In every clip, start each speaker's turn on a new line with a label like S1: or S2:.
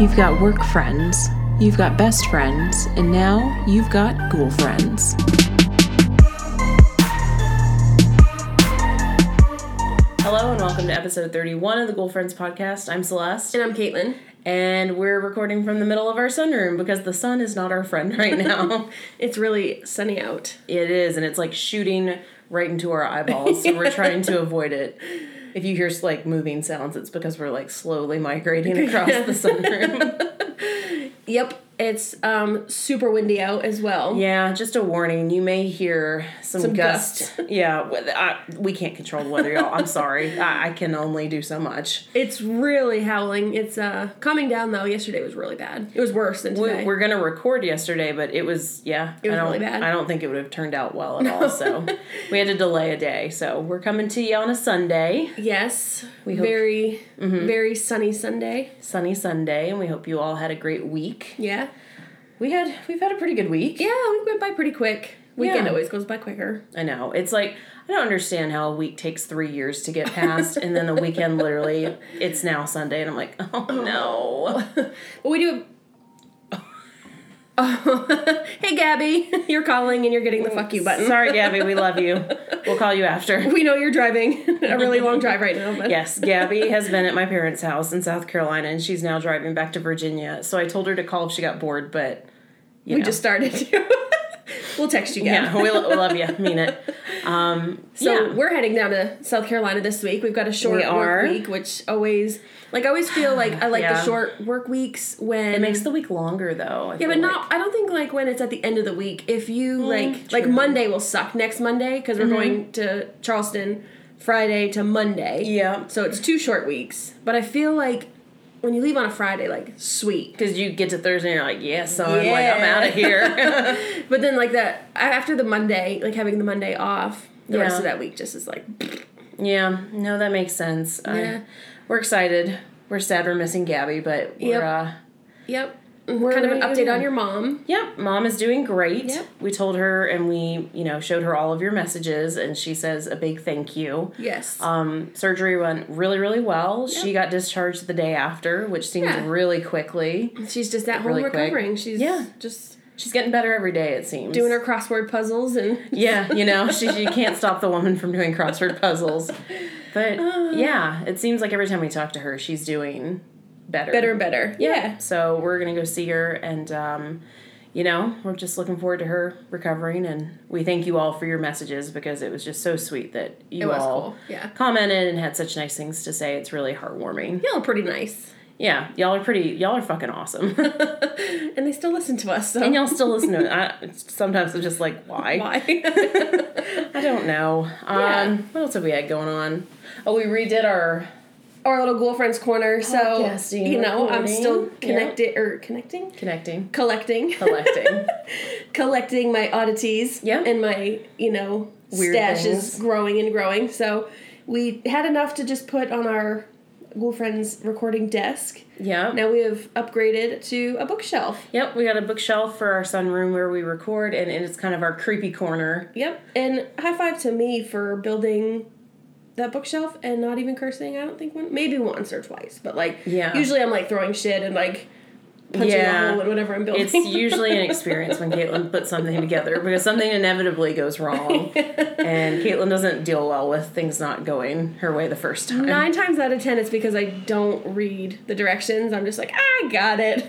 S1: You've got work friends, you've got best friends, and now you've got ghoul friends.
S2: Hello and welcome to episode 31 of the Ghoul Friends podcast. I'm Celeste
S3: And I'm Caitlin.
S2: and we're recording from the middle of our sunroom because the sun is not our friend right now.
S3: It's really sunny out.
S2: it is and it's like shooting right into our eyeballs so we're trying to avoid it. If you hear like moving sounds, it's because we're like slowly migrating across the sunroom.
S3: Yep, it's um super windy out as well.
S2: yeah, just a warning, you may hear some,
S3: Some
S2: gusts. Yeah, with- I, we can't control the weather, y'all. I'm sorry. I, I can only do so much.
S3: It's really howling. It's uh calming down though. Yesterday was really bad. It was worse than
S2: we
S3: today.
S2: were gonna record yesterday, but it was yeah.
S3: It was
S2: I don't,
S3: really bad.
S2: I don't think it would have turned out well at all. So we had to delay a day. So we're coming to you on a Sunday,
S3: yes,
S2: hope- Mm-hmm.
S3: very very sunny Sunday.
S2: sunny Sunday, and we hope you all had a great week.
S3: Yeah.
S2: We had we've had a pretty good week.
S3: Yeah, we went by pretty quick. Weekend
S2: Yeah.
S3: always goes by quicker.
S2: I know it's like I don't understand how a week takes three years to get past, and then the weekend literally it's now Sunday, and I'm like, oh no.
S3: Well, we do. Oh, hey Gabby, you're calling and you're getting the fuck you button.
S2: Sorry, Gabby, we love you. We'll call you after.
S3: We know you're driving a really long drive right now. But
S2: Yes, Gabby has been at my parents' house in South Carolina and she's now driving back to Virginia. So I told her to call if she got bored, but you
S3: we
S2: know.
S3: just started to. we'll text you. Gabby.
S2: yeah, we, lo- we love you. Mean it. Um,
S3: So
S2: so
S3: we're heading down to South Carolina this week. We've got a short
S2: We are.
S3: work week, which always like I always feel like I like
S2: Yeah.
S3: the short work weeks when
S2: it makes the week longer though. I
S3: yeah,
S2: feel
S3: but
S2: like.
S3: not. I don't think like when it's at the end of the week. If you like, like
S2: Mm, true. Mm-hmm.
S3: Monday will suck next Monday because we're going to Charleston Friday to Monday.
S2: Yeah.
S3: So it's two short weeks. But I feel like when you leave on a Friday, like sweet.
S2: Because you get to Thursday and you're like, yeah, son, like I'm
S3: Yeah.
S2: out of here.
S3: But then like that after the Monday, like having the Monday off, the rest
S2: Yeah.
S3: of that week just is like
S2: yeah, no, that makes sense. I-
S3: Yeah.
S2: we're excited. We're sad we're missing Gabby, but we're
S3: Yep.
S2: uh,
S3: yep. kind of an
S2: ready to
S3: update
S2: go.
S3: on your mom.
S2: Yep, mom is doing great.
S3: Yep.
S2: We told her and we, you know, showed her all of your messages and she says a big thank you.
S3: Yes.
S2: Um, surgery went really, really well. She got discharged the day after, which seems
S3: Yeah.
S2: really quickly.
S3: She's just at home
S2: Really quick.
S3: recovering. She's
S2: Yeah.
S3: just
S2: She's getting better every day, it seems.
S3: doing her crossword puzzles and
S2: Yeah, you know, she, she can't stop the woman from doing crossword puzzles. But
S3: Uh.
S2: yeah, it seems like every time we talk to her, she's doing better.
S3: better and better. Yeah.
S2: So we're going to go see her and, um, you know, we're just looking forward to her recovering. And we thank you all for your messages because it was just so sweet that you
S3: It was
S2: all
S3: cool. Yeah.
S2: commented and had such nice things to say. It's really heartwarming.
S3: Y'all are pretty nice.
S2: Yeah, y'all are pretty. Y'all are fucking awesome,
S3: And they still listen to us, so
S2: and y'all still listen to it. I, sometimes I'm just like, why?
S3: why?
S2: I don't know. Um,
S3: Yeah.
S2: What else have we had going on? Oh, we redid our.
S3: Our little girlfriend's corner, so
S2: Podcasting,
S3: you know, I'm
S2: recording.
S3: still
S2: Yep.
S3: connected or connecting?
S2: Connecting.
S3: Collecting.
S2: Collecting.
S3: collecting my oddities.
S2: Yeah.
S3: And my, you know,
S2: Weird
S3: stash
S2: things.
S3: is growing and growing. So we had enough to just put on our girlfriend's recording desk.
S2: yeah.
S3: Now we have upgraded to a bookshelf.
S2: Yep, we got a bookshelf for our sunroom where we record, and it's kind of our creepy corner.
S3: Yep. And high five to me for building that bookshelf and not even cursing. I don't think one, maybe once or twice, but like
S2: Yeah.
S3: usually I'm like throwing shit and like punching
S2: Yeah.
S3: a hole in whatever I'm building.
S2: It's usually an experience when Caitlin puts something together because something inevitably goes wrong, and Caitlin doesn't deal well with things not going her way the first time.
S3: Nine times out of ten, it's because I don't read the directions. I'm just like, "Ah, I got it.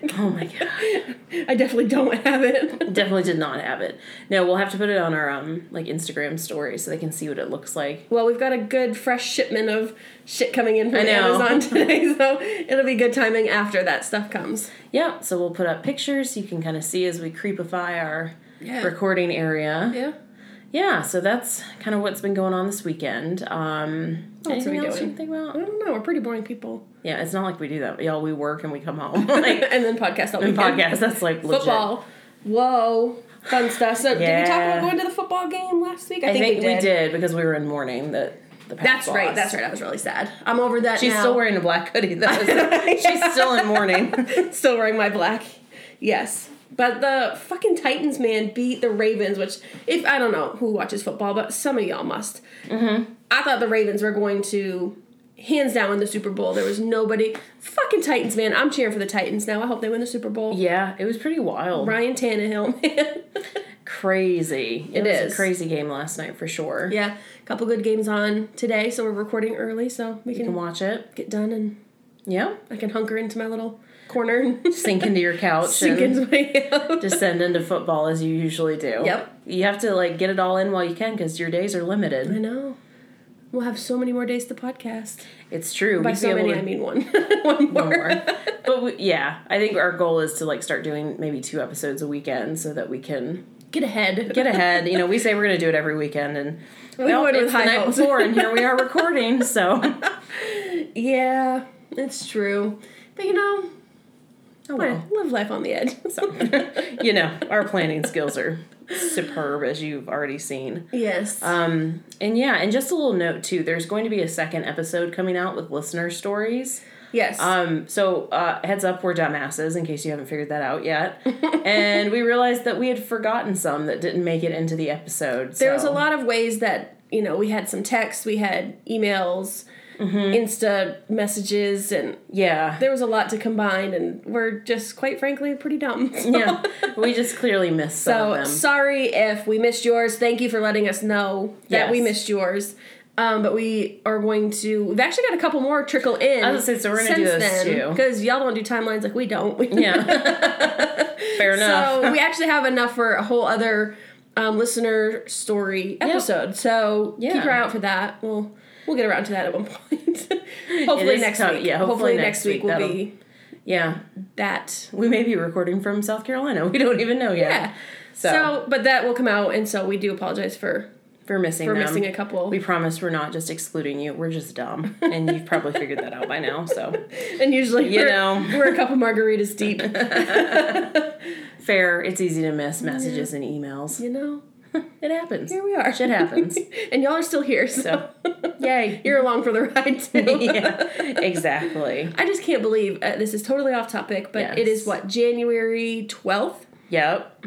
S2: Oh my god.
S3: I definitely don't have it.
S2: Definitely did not have it. No, we'll have to put it on our um like Instagram story so they can see what it looks like.
S3: Well, we've got a good fresh shipment of shit coming in from
S2: know.
S3: Amazon today, so it'll be good timing after that stuff comes.
S2: Yeah, so we'll put up pictures so you can kind of see as we creepify our
S3: Yeah.
S2: recording area. Yeah.
S3: Yeah.
S2: so that's kind of what's been going on this weekend. Um
S3: else are
S2: anything
S3: we
S2: else you
S3: doing? Hmm?
S2: think about?
S3: I don't know. We're pretty boring people.
S2: Yeah, it's not like we do that. Y'all, we work and we come home. like
S3: and then podcast all weekend.
S2: podcast, that's like legit.
S3: Football. Whoa. Fun stuff. So did we talk
S2: Yeah.
S3: about going to the football game last week?
S2: I think, we, did. because we were in mourning that the Pats
S3: That's right.
S2: lost.
S3: That's right. I was really sad. I'm over that
S2: She's
S3: now.
S2: still wearing a black hoodie though. so She's still in mourning.
S3: still wearing my black. Yes. But the fucking Titans, man, beat the Ravens, which, if I
S2: Mm-hmm.
S3: don't know who watches football, but some of y'all must. I thought the Ravens were going to hands down in the Super Bowl. There was nobody. Fucking Titans, man. I'm cheering for the Titans now. I hope they win the Super Bowl.
S2: Yeah, it was pretty wild.
S3: Ryan Tannehill, man.
S2: Crazy. It,
S3: It
S2: was
S3: is.
S2: a crazy game last night for sure.
S3: yeah, a couple good games on today, so we're recording early, so we
S2: You
S3: can
S2: can watch it.
S3: get done and
S2: Yeah.
S3: I can hunker into my little corner and
S2: Sink into your couch
S3: sink
S2: and
S3: into my
S2: descend into football as you usually do.
S3: Yep.
S2: You have to like get it all in while you can because your days are limited.
S3: I know. We'll have so many more days to podcast.
S2: It's true.
S3: By
S2: We'd
S3: so
S2: be able
S3: many,
S2: to-
S3: I mean one. one,
S2: one
S3: more.
S2: more. but we, yeah, I think our goal is to like start doing maybe two episodes a weekend so that we can
S3: Get ahead.
S2: get ahead. You know, we say we're going to do it every weekend, and we
S3: would with
S2: it's the
S3: high
S2: night
S3: hopes.
S2: before, and here we are recording. So
S3: yeah, it's true. But you know,
S2: oh
S3: I
S2: well.
S3: live life on the edge.
S2: you know, our planning skills are superb as you've already seen.
S3: yes.
S2: Um, and yeah, and just a little note too. There's going to be a second episode coming out with listener stories.
S3: yes.
S2: Um, so uh, heads up, we're dumbasses in case you haven't figured that out yet. and we realized that we had forgotten some that didn't make it into the episode.
S3: there was
S2: so-
S3: a lot of ways that you know we had some texts, we had emails,
S2: Mm-hmm.
S3: Insta messages, and
S2: Yeah.
S3: there was a lot to combine, and we're just quite frankly pretty dumb.
S2: yeah. We just clearly missed some of
S3: So
S2: them.
S3: sorry if we missed yours. Thank you for letting us know that we
S2: Yes.
S3: missed yours. Um, but we are going to. We've actually got a couple more trickle in.
S2: I was gonna say, so we're gonna do those too.
S3: because y'all don't do timelines like we don't.
S2: yeah. Fair enough.
S3: so we actually have enough for a whole other um, listener story episode. So keep
S2: Yeah.
S3: your eye out for that. We'll we'll get around to that at one point. hopefully
S2: is
S3: next
S2: tough.
S3: week.
S2: Yeah, hopefully next
S3: week
S2: week
S3: will be
S2: yeah.
S3: that.
S2: We may be recording from South Carolina. We don't even know yet.
S3: Yeah.
S2: So,
S3: so, but that will come out, and so we do apologize for
S2: for missing
S3: for
S2: them.
S3: missing a couple.
S2: we promise we're not just excluding you. We're just dumb. And you've probably figured that out by now. So
S3: And usually,
S2: You
S3: we're,
S2: know.
S3: we're a couple margaritas deep.
S2: fair. It's easy to miss messages and emails.
S3: you know,
S2: It happens.
S3: here we are.
S2: Shit happens.
S3: and y'all are still here, so,
S2: So, yay.
S3: you're along for the ride too.
S2: yeah, exactly.
S3: I just can't believe uh, this is totally off topic, but it
S2: Yes.
S3: is what January twelfth,
S2: Yep.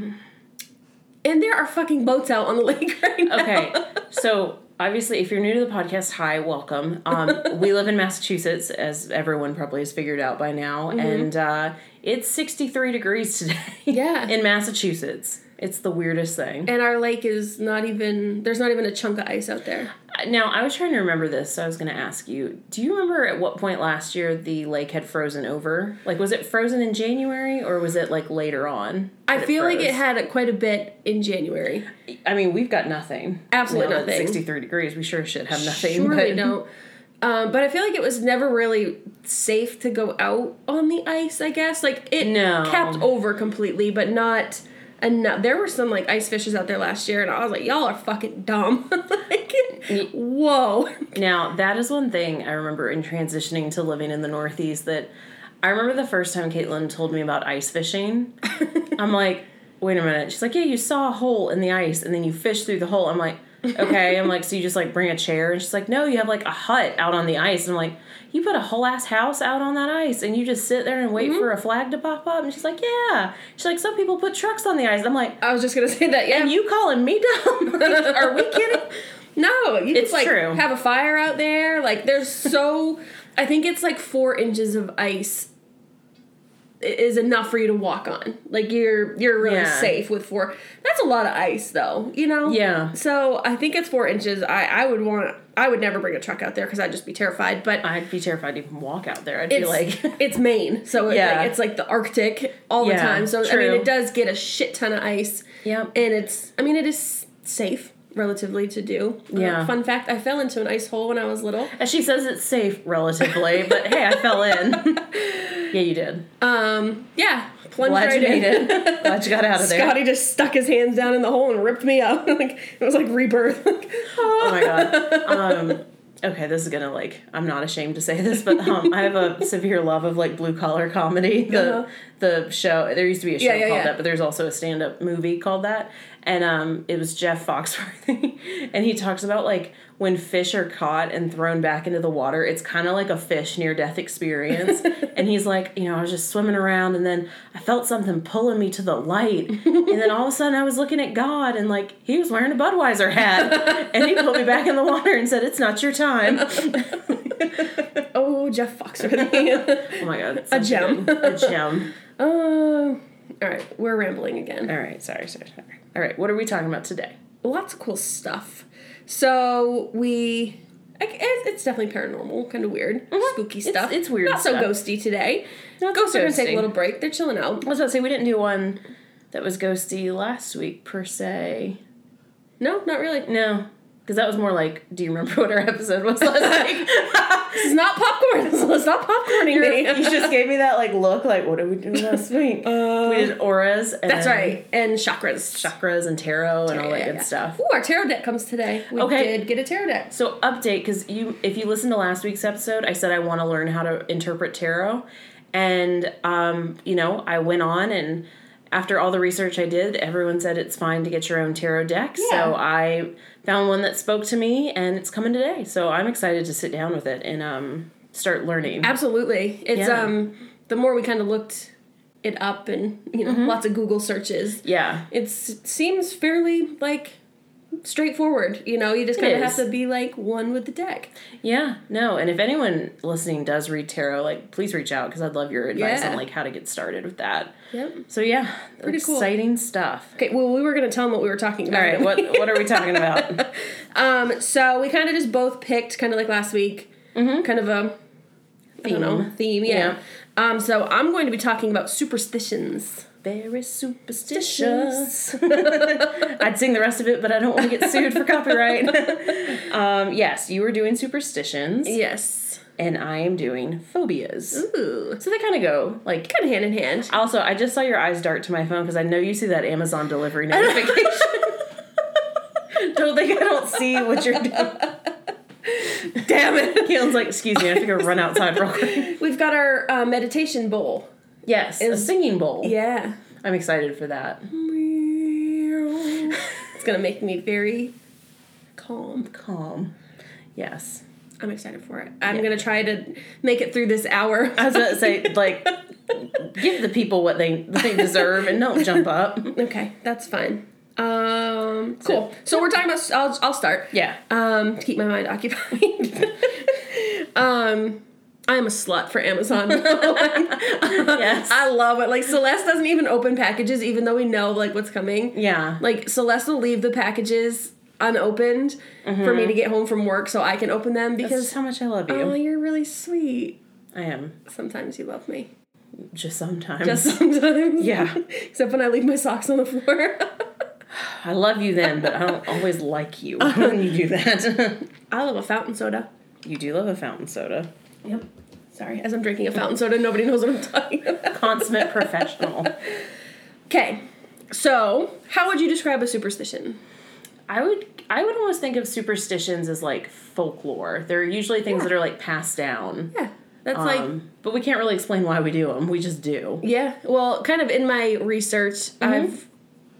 S3: and there are fucking boats out on the lake right now.
S2: Okay. So, obviously, if you're new to the podcast, hi, welcome. Um, we live in Massachusetts, as everyone probably has figured out by now.
S3: Mm-hmm.
S2: And uh, it's 63 degrees today.
S3: Yeah.
S2: In Massachusetts. It's the weirdest thing.
S3: And our lake is not even there's not even a chunk of ice out there.
S2: Now, I was trying to remember this, so I was going to ask you do you remember at what point last year the lake had frozen over? Like, was it frozen in January or was it like later on?
S3: I
S2: that
S3: feel like it
S2: froze?
S3: had quite a bit in January.
S2: I mean, we've got nothing.
S3: Absolutely
S2: Now that it's
S3: nothing.
S2: 63 degrees, we sure should have nothing.
S3: Surely
S2: but-
S3: don't. Um, but I feel like it was never really safe to go out on the ice. I guess like it
S2: No.
S3: capped over completely, but not enough. There were some like ice fishes out there last year, and I was like, y'all are fucking dumb. like, whoa.
S2: Now, that is one thing I remember in transitioning to living in the Northeast that I remember the first time Caitlin told me about ice fishing. I'm like, wait a minute. She's like, yeah, you saw a hole in the ice and then you fish through the hole. I'm like, okay. I'm like, so you just like bring a chair? And she's like, no, you have like a hut out on the ice. And I'm like, you put a whole ass house out on that ice and you just sit there and wait for a flag to pop up. And she's like, yeah. She's like, some people put trucks on the ice. I'm like,
S3: I was just gonna say that. Yeah.
S2: and you calling me dumb? Like, are we kidding?
S3: no, you
S2: It's
S3: could like
S2: true.
S3: have a fire out there. Like there's so. I think it's like four inches of ice i- is enough for you to walk on. Like you're you're really
S2: Yeah.
S3: safe with four. That's a lot of ice though. You know.
S2: Yeah.
S3: So I think it's four inches. I I would want. I would never bring a truck out there because I'd just be terrified. But
S2: I'd be terrified to even walk out there. I'd
S3: it's
S2: be like,
S3: like it's Maine, so it,
S2: Yeah.
S3: like, it's like the Arctic all the
S2: Yeah,
S3: time. So I
S2: true.
S3: mean, it does get a shit ton of ice.
S2: Yep.
S3: and it's I mean it is safe relatively to do. Uh,
S2: Yeah.
S3: fun fact: I fell into an ice hole when I was little.
S2: And she says it's safe relatively, but hey, I fell in. yeah, you did.
S3: Um, yeah, plunged
S2: Glad
S3: right
S2: you made
S3: in.
S2: it. Glad you got out of there.
S3: Scotty just stuck his hands down in the hole and ripped me up. like it was like rebirth. Like, oh.
S2: Oh my god. Um, okay, this is gonna like I'm not ashamed to say this, but um, I have a severe love of like blue collar comedy. The
S3: Uh-huh.
S2: the show there used to be a show
S3: Yeah, yeah,
S2: called
S3: yeah.
S2: that, but there's also a stand up movie called that, and um, it was Jeff Foxworthy, and he talks about like when fish are caught and thrown back into the water, it's kind of like a fish near death experience, and he's like, you know, I was just swimming around, and then I felt something pulling me to the light, and then all of a sudden I was looking at God, and like he was wearing a Budweiser hat, and he put me back in the water and said, "It's not your time."
S3: oh, Jeff Foxworthy.
S2: Oh my god.
S3: A gem.
S2: A gem.
S3: uh, all right, we're rambling again.
S2: All right, sorry, sorry, sorry. All right, what are we talking about today?
S3: lots of cool stuff. So we, I g- it's, it's definitely paranormal, kind of weird, spooky
S2: Mm-hmm. It's-
S3: stuff.
S2: it's weird
S3: Not so
S2: stuff.
S3: ghosty today.
S2: Not so
S3: Ghosts are gonna take
S2: ghosty.
S3: a little break. They're chilling out.
S2: I was about to say we didn't do one that was ghosty last week per se.
S3: No, not really.
S2: No, because that was more like, do you remember what our episode was last week?
S3: This is not popcorn. It's not popcorning me.
S2: you just gave me that like look, like what did we do last week? we did auras. And
S3: That's right. And chakras.
S2: Chakras and tarot and all that good stuff.
S3: Ooh, our tarot deck comes today. We
S2: Okay.
S3: did get a tarot deck.
S2: So update because you, if you listen to last week's episode, I said I want to learn how to interpret tarot, and um, you know I went on and after all the research I did, everyone said it's fine to get your own tarot deck.
S3: Yeah.
S2: So I found one that spoke to me, and it's coming today. So I'm excited to sit down with it and um, start learning.
S3: Absolutely. It's
S2: Yeah.
S3: um the more we kind of looked it up and you
S2: Mm-hmm.
S3: know lots of Google searches.
S2: yeah,
S3: It's, it seems fairly like straightforward. You know, you just
S2: It
S3: kind of
S2: is.
S3: have to be like one with the deck.
S2: yeah, no. And if anyone listening does read tarot, like please reach out because I'd love your advice
S3: Yeah.
S2: on like how to get started with that.
S3: Yep.
S2: So yeah,
S3: Pretty cool.
S2: exciting stuff.
S3: Okay. Well, we were gonna tell them what we were talking about.
S2: All right, what what are we talking about?
S3: Um. So we kind of just both picked kind of like last week. Kind of a theme.
S2: Mm-hmm. Theme.
S3: theme. Yeah. Um. So I'm going to be talking about superstitions.
S2: Very superstitious. I'd sing the rest of it, but I don't want to get sued for copyright. um, yes, you were doing superstitions,
S3: Yes.
S2: and I am doing phobias.
S3: Ooh.
S2: So they kind of go like.
S3: Kind of hand in hand.
S2: Also, I just saw your eyes dart to my phone because I know you see that Amazon delivery notification. don't think I don't see what you're doing.
S3: Damn it.
S2: Caitlin's like, excuse me, I have to go run outside real quick.
S3: We've got our uh, meditation bowl.
S2: Yes, a singing bowl.
S3: Yeah.
S2: I'm excited for that.
S3: It's gonna make me very calm.
S2: Calm. Yes.
S3: I'm excited for it. I'm gonna try to make it through this hour.
S2: I was about to say, like, give the people what they they deserve and don't jump up.
S3: okay, that's fine. Um, cool. So we're talking about. I'll, I'll start.
S2: Yeah.
S3: Um, to keep my mind occupied. um, I am a slut for Amazon.
S2: Yes.
S3: I love it. Like Celeste doesn't even open packages, even though we know like what's coming.
S2: yeah.
S3: Like Celeste will leave the packages unopened for me to get home from work so I can open them
S2: Mm-hmm. That's
S3: because
S2: how much I love you.
S3: oh, you're really sweet.
S2: I am.
S3: Sometimes you love me.
S2: Just sometimes.
S3: Just sometimes.
S2: Mm. Yeah.
S3: Except when I leave my socks on the floor.
S2: I love you then, but I don't always like you when you do that.
S3: I love a fountain soda.
S2: you do love a fountain soda.
S3: Yep. Sorry, as I'm drinking a fountain soda, nobody knows what I'm talking about.
S2: Consummate professional.
S3: Okay. So, how would you describe a superstition?
S2: I would I would almost think of superstitions as like folklore. They're usually things that are like passed down.
S3: Yeah. That's like
S2: Um, but we can't really explain why we do them. We just do.
S3: yeah. Well, kind of in my research,
S2: Mm-hmm.
S3: I've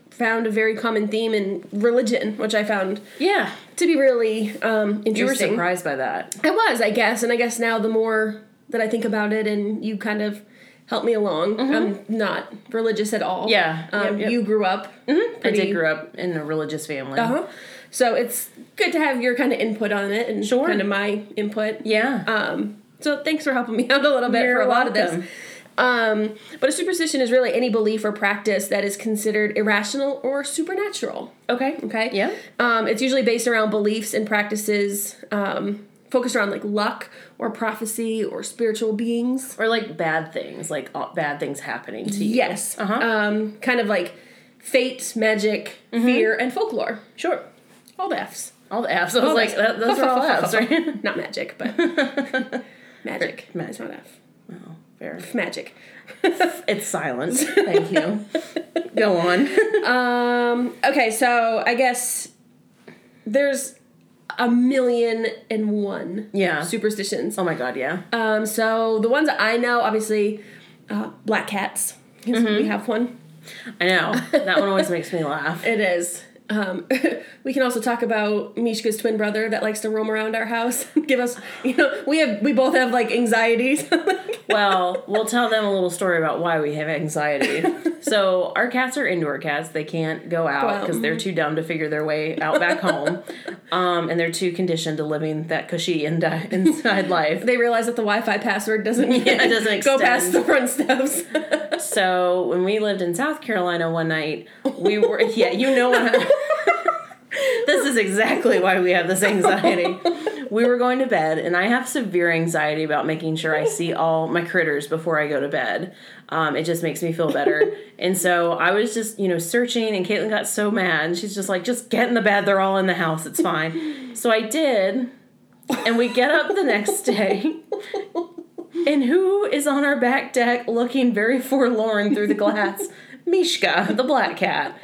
S3: found a very common theme in religion, which I found
S2: Yeah.
S3: to be really um interesting.
S2: You were surprised by that.
S3: I was, I guess, and I guess now the more that I think about it, and you kind of help me along, I'm not religious at all.
S2: Mm-hmm. Yeah.
S3: um,
S2: Yep, yep.
S3: you grew up. Mm-hmm.
S2: I did grow up in a religious family.
S3: Uh huh. So it's good to have your kind of input on it and
S2: Sure.
S3: kind of my input.
S2: Yeah.
S3: Um, so thanks for helping me out a little bit for
S2: You're
S3: a lot of
S2: welcome.
S3: this. Um, but a superstition is really any belief or practice that is considered irrational or supernatural.
S2: okay.
S3: Okay.
S2: Yeah.
S3: Um, it's usually based around beliefs and practices um, focused around like luck or prophecy or spiritual beings.
S2: Or like bad things, like uh, bad things happening to you.
S3: Yes. Uh-huh. Um, kind of like fate, magic,
S2: Mm-hmm.
S3: fear, and folklore.
S2: Sure. Oh.
S3: All the F's.
S2: All the F's. I was like,
S3: F's.
S2: that, those are all F's, right?
S3: Not magic, but magic. It's not F.
S2: Fair.
S3: Magic.
S2: It's silence. Thank you. Go on.
S3: Um, okay, so I guess there's a million and one
S2: Yeah.
S3: superstitions.
S2: Oh my god, yeah.
S3: Um, so the ones that I know, obviously, uh,
S2: Mm-hmm.
S3: black cats. 'cause We have one.
S2: I know. That one always makes me laugh.
S3: It is. Um, we can also talk about Mishka's twin brother that likes to roam around our house, and give us, you know, we have we both have like anxieties.
S2: Well, we'll tell them a little story about why we have anxiety. so, our cats are indoor cats. They can't go out
S3: out.
S2: because they're too dumb to figure their way out back home. Um, and they're too conditioned to living that cushy in- inside life.
S3: they realize that the Wi-Fi password doesn't
S2: Yeah, it doesn't
S3: go past
S2: extend.
S3: the front steps.
S2: So, when we lived in South Carolina one night, we were, yeah, you know what I'm. this is exactly why we have this anxiety. We were going to bed, and I have severe anxiety about making sure I see all my critters before I go to bed. Um, it just makes me feel better. And so I was just, you know, searching, and Caitlin got so mad. And she's just like, just get in the bed. They're all in the house. It's fine. So I did. And we get up the next day. And who is on our back deck looking very forlorn through the glass? Mishka, the black cat.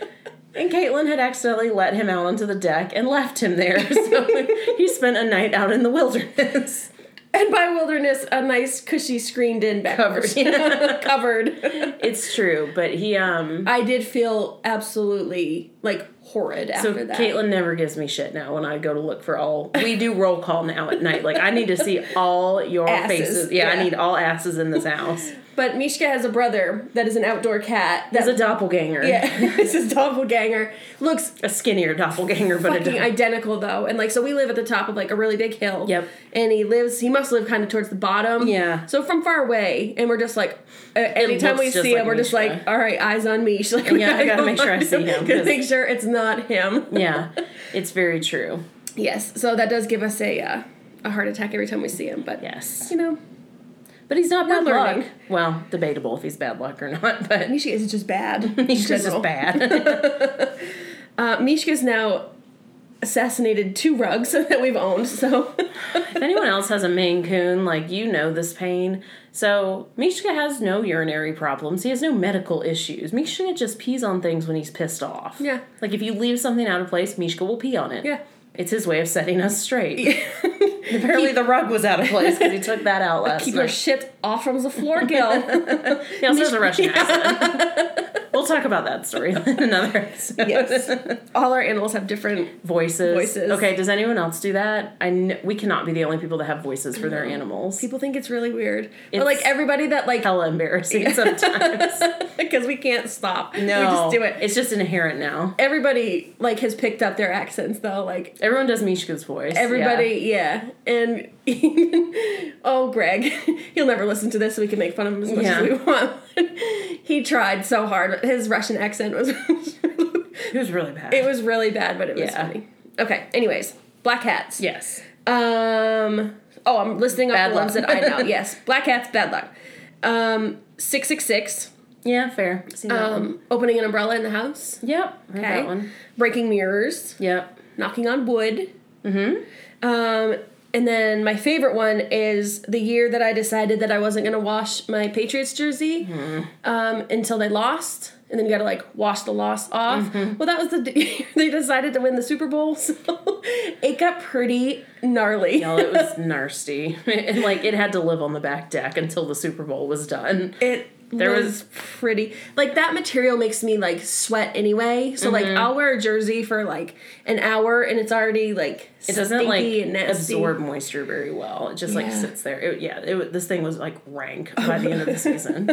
S2: And Caitlin had accidentally let him out onto the deck and left him there. So he spent a night out in the wilderness.
S3: and by wilderness, a nice cushy screened in back
S2: Covered.
S3: covered.
S2: It's true, but he um
S3: I did feel absolutely like horrid
S2: so
S3: after that.
S2: Caitlin never gives me shit now when I go to look for all we do roll call now at night. Like I need to see all your
S3: Asses,
S2: faces. Yeah, I
S3: yeah.
S2: need all asses in this house.
S3: But Mishka has a brother that is an outdoor cat.
S2: He's
S3: That
S2: a doppelganger.
S3: yeah, this is doppelganger. Looks
S2: A skinnier doppelganger, but a
S3: fucking
S2: doppelganger.
S3: identical though, and like so we live at the top of like a really big hill.
S2: Yep.
S3: And he lives. He must live kind of towards the bottom.
S2: Yeah.
S3: So from far away, and we're just like, uh, anytime
S2: looks
S3: we
S2: just
S3: see him,
S2: like
S3: we're just
S2: Mishka.
S3: like, all right, eyes on me. She's like,
S2: Yeah, I gotta make sure I see him, 'cause-
S3: Gotta make sure it's not him.
S2: Yeah. It's very true.
S3: Yes. So that does give us a uh, a heart attack every time we see him. But
S2: Yes.
S3: you know,
S2: But he's not bad
S3: We're
S2: luck.
S3: learning.
S2: Well, debatable if he's bad luck or not, but
S3: Mishka is just bad.
S2: he's just bad.
S3: Uh, Mishka's now assassinated two rugs that we've owned. So
S2: if anyone else has a Maine Coon, like you know this pain. So Mishka has no urinary problems. He has no medical issues. Mishka just pees on things when he's pissed off.
S3: Yeah.
S2: Like if you leave something out of place, Mishka will pee on it.
S3: Yeah.
S2: It's his way of setting us straight. Apparently the rug was out of place because he took that out last
S3: keep your
S2: night.
S3: shit off from the floor, Gil.
S2: He also has a Russian accent. we'll talk about that story in another episode.
S3: yes. All our animals have different.
S2: Voices.
S3: Voices.
S2: Okay, does anyone else do that? I kn- we cannot be the only people that have voices for their animals.
S3: People think it's really weird,
S2: It's-
S3: but like everybody that like
S2: Hella embarrassing sometimes.
S3: because we can't stop.
S2: No,
S3: we just do it.
S2: It's just inherent now.
S3: Everybody like has picked up their accents though. Like
S2: Everyone does Mishka's voice.
S3: everybody, yeah. And oh, Greg, he'll never listen to this, so we can make fun of him as much
S2: Yeah.
S3: as we want. he tried so hard. but His Russian accent was
S2: Yeah. It was really bad.
S3: It was really bad, but it was
S2: Yeah.
S3: funny. Okay. Anyways, black hats.
S2: yes.
S3: Um. Oh, I'm listing off
S2: Bad
S3: the ones
S2: luck.
S3: that I know. yes, black hats, bad luck. Um, six six six.
S2: Yeah, fair. Seen that one.
S3: Um, opening an umbrella in the house.
S2: Yep. Heard
S3: Okay.
S2: that one.
S3: Breaking mirrors.
S2: Yep.
S3: Knocking on wood. Mm-hmm. Um. And then my favorite one is the year that I decided that I wasn't gonna wash my Patriots jersey
S2: Mm-hmm.
S3: um, until they lost, and then you gotta like wash the loss off.
S2: Mm-hmm.
S3: Well, that was the d- they decided to win the Super Bowl, so it got pretty gnarly.
S2: Well, it was nasty. and like it had to live on the back deck until the Super Bowl was done.
S3: It
S2: There
S3: there was, pretty like that material makes me like sweat anyway. So like
S2: Mm-hmm.
S3: I'll wear a jersey for like an hour and it's already like
S2: It doesn't like
S3: stinky and nasty.
S2: absorb moisture very well. It just like
S3: Yeah.
S2: sits there. It, yeah, it, wa- this thing was like rank by the end of the season.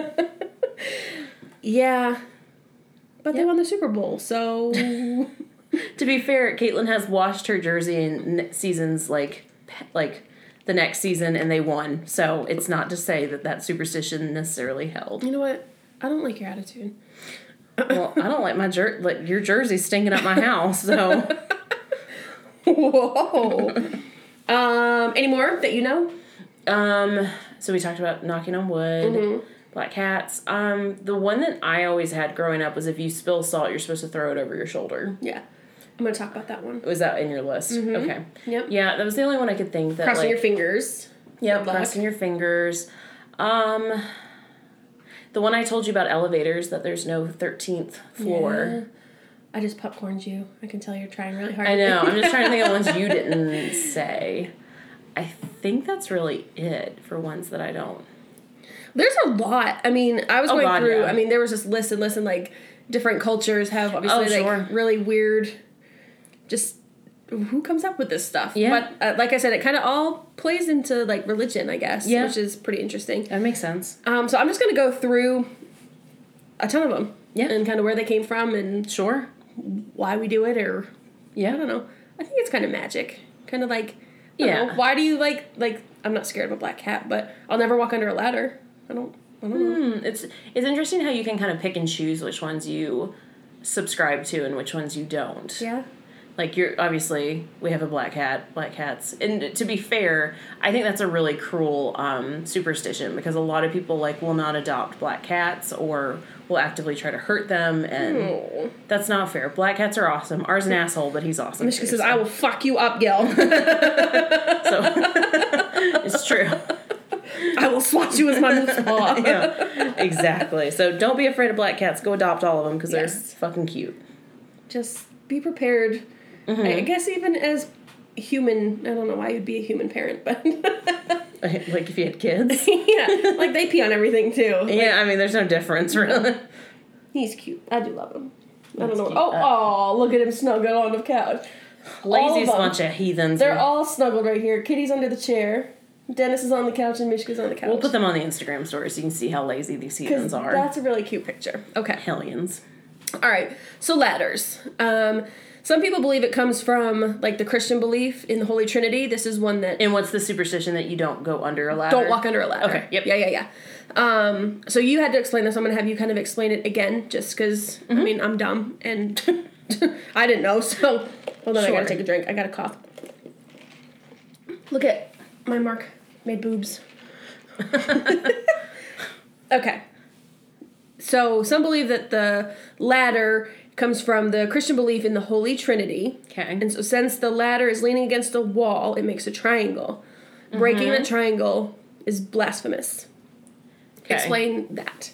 S3: Yeah. But they won the Super Bowl, so
S2: to be fair, Caitlin has washed her jersey in ne- seasons like pe- like the next season, and they won. So it's not to say that that superstition necessarily held.
S3: you know what? I don't like your attitude.
S2: well, I don't like my jer- like your jersey stinking up my house. So
S3: Whoa. um, any more that you know?
S2: um, so we talked about knocking on wood.
S3: Mm-hmm.
S2: Black cats. Um, the one that I always had growing up was if you spill salt, you're supposed to throw it over your shoulder.
S3: Yeah. I'm gonna talk about that one.
S2: Was that in your list? Okay.
S3: Yep.
S2: Yeah, that was the only one I could think that
S3: Mm-hmm. Crossing
S2: like,
S3: your fingers.
S2: Yeah,
S3: Good luck.
S2: crossing your fingers. Um, the one I told you about elevators that there's no thirteenth floor.
S3: I just popcorned you. I can tell you're trying really hard.
S2: I know. I'm just trying to think of ones you didn't say. I think that's really it for ones that I don't.
S3: There's a lot. I mean, I was going
S2: God,
S3: through.
S2: yeah.
S3: I mean, there was just list and list and like different cultures have obviously
S2: Oh, sure.
S3: like really weird just who comes up with this stuff?
S2: Yeah.
S3: But uh, like I said, it kind of all plays into like religion, I guess,
S2: Yeah.
S3: which is pretty interesting.
S2: That makes sense.
S3: Um, so I'm just gonna go through a ton of them,
S2: Yeah.
S3: and kind of where they came from and
S2: Sure.
S3: why we do it, or I
S2: Yeah.
S3: don't know. I think it's kind of magic, kind of like I don't
S2: Yeah.
S3: know, why do you like like I'm not scared of a black cat, but I'll never walk under a ladder. I don't. I don't know.
S2: Hmm, It's it's interesting how you can kind of pick and choose which ones you subscribe to and which ones you don't.
S3: Yeah.
S2: Like you're obviously we have a black cat, black cats. And to be fair, I think that's a really cruel um, superstition because a lot of people like will not adopt black cats or will actively try to hurt them and
S3: Oh.
S2: that's not fair. Black cats are awesome. Ours an asshole, but he's awesome.
S3: Mishka
S2: too,
S3: says,
S2: so-
S3: "I will fuck you up, Gil.
S2: so it's true.
S3: I will swat you with my claw."
S2: Yeah, exactly. So don't be afraid of black cats. Go adopt all of them because
S3: Yes.
S2: they're fucking cute.
S3: Just be prepared. I
S2: Mm-hmm.
S3: guess even as human, I don't know why you'd be a human parent, but
S2: like if you had kids.
S3: yeah, like they pee on everything too.
S2: yeah, I mean, there's no difference really.
S3: He's cute. I do love him. I don't
S2: That's
S3: know.
S2: cute. Uh,
S3: Oh, oh, look at him snuggled on the couch. All of
S2: Lazy
S3: them.
S2: bunch of heathens.
S3: They're all snuggled right here. Kitty's under the chair. Dennis is on the couch and Mishka's on the couch.
S2: We'll put them on the Instagram story so you can see how lazy these
S3: 'Cause
S2: heathens are.
S3: That's a really cute picture. Okay.
S2: Hellions.
S3: All right. So ladders. Um, some people believe it comes from like the Christian belief in the Holy Trinity. This is one that
S2: And what's the superstition that you don't go under a ladder?
S3: Don't walk under a ladder.
S2: Okay, yep.
S3: Yeah, yeah, yeah. Um, so you had to explain this. I'm going to have you kind of explain it again, just because,
S2: Mm-hmm.
S3: I mean, I'm dumb and I didn't know. So hold on, I got
S2: Sure.
S3: to take a drink. I got to cough. Look at my mark. Made boobs. okay. So some believe that the ladder comes from the Christian belief in the Holy Trinity.
S2: Okay.
S3: And so, since the ladder is leaning against a wall, it makes a triangle. Breaking
S2: Mm-hmm.
S3: the triangle is blasphemous.
S2: Okay.
S3: Explain that.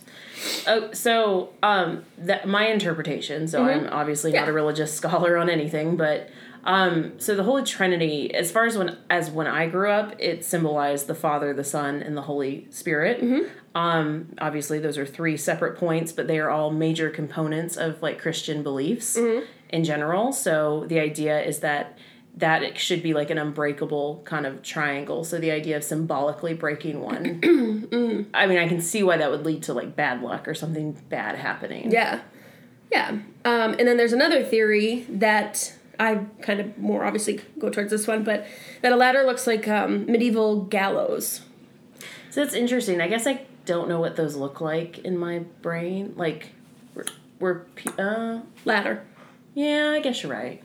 S2: Oh, so um, that my interpretation. So I'm obviously not
S3: Mm-hmm. Yeah.
S2: a religious scholar on anything, but um, so the Holy Trinity, as far as when as when I grew up, it symbolized the Father, the Son, and the Holy Spirit.
S3: Mm-hmm.
S2: Um, obviously, those are three separate points, but they are all major components of like Christian beliefs
S3: Mm-hmm.
S2: in general. So the idea is that that it should be like an unbreakable kind of triangle. So the idea of symbolically breaking one
S3: Mm-hmm.
S2: I mean, I can see why that would lead to like bad luck or something bad happening.
S3: Yeah. Yeah. Um, and then there's another theory that I kind of more obviously go towards this one, but that a ladder looks like um, medieval gallows.
S2: So that's interesting. I guess I don't know what those look like in my brain. Like, we're, we're pe- uh,
S3: Ladder.
S2: yeah, I guess you're right.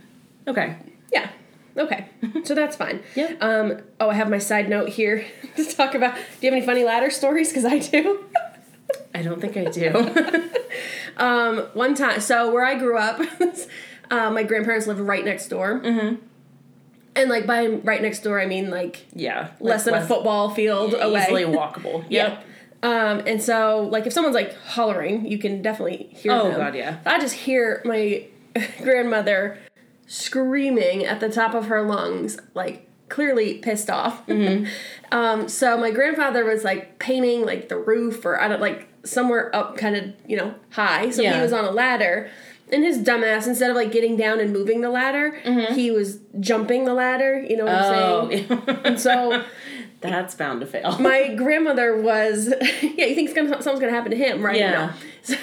S2: Okay.
S3: Yeah. Okay. So that's fine.
S2: Yep.
S3: Um, oh, I have my side note here to talk about. Do you have any funny ladder stories? Because I do.
S2: I don't think I do.
S3: one time so where i grew up uh, my grandparents lived right next door mm-hmm. and like by right next door i mean like
S2: yeah. like,
S3: less than a football field away
S2: Easily walkable. Yep.
S3: yeah um, and so like if someone's like hollering you can definitely hear
S2: Oh,
S3: them.
S2: God, yeah.
S3: i just hear my grandmother screaming at the top of her lungs like clearly pissed off
S2: Mm-hmm.
S3: um, so my grandfather was like painting like the roof or i don't like somewhere up kind of you know high so he
S2: Yeah.
S3: was on a ladder and his dumbass instead of like getting down and moving the ladder he was jumping the ladder you know what i'm saying
S2: Mm-hmm. Oh,
S3: and so
S2: that's bound to fail.
S3: my grandmother was yeah you think it's gonna, something's gonna happen to him right
S2: Yeah.
S3: No.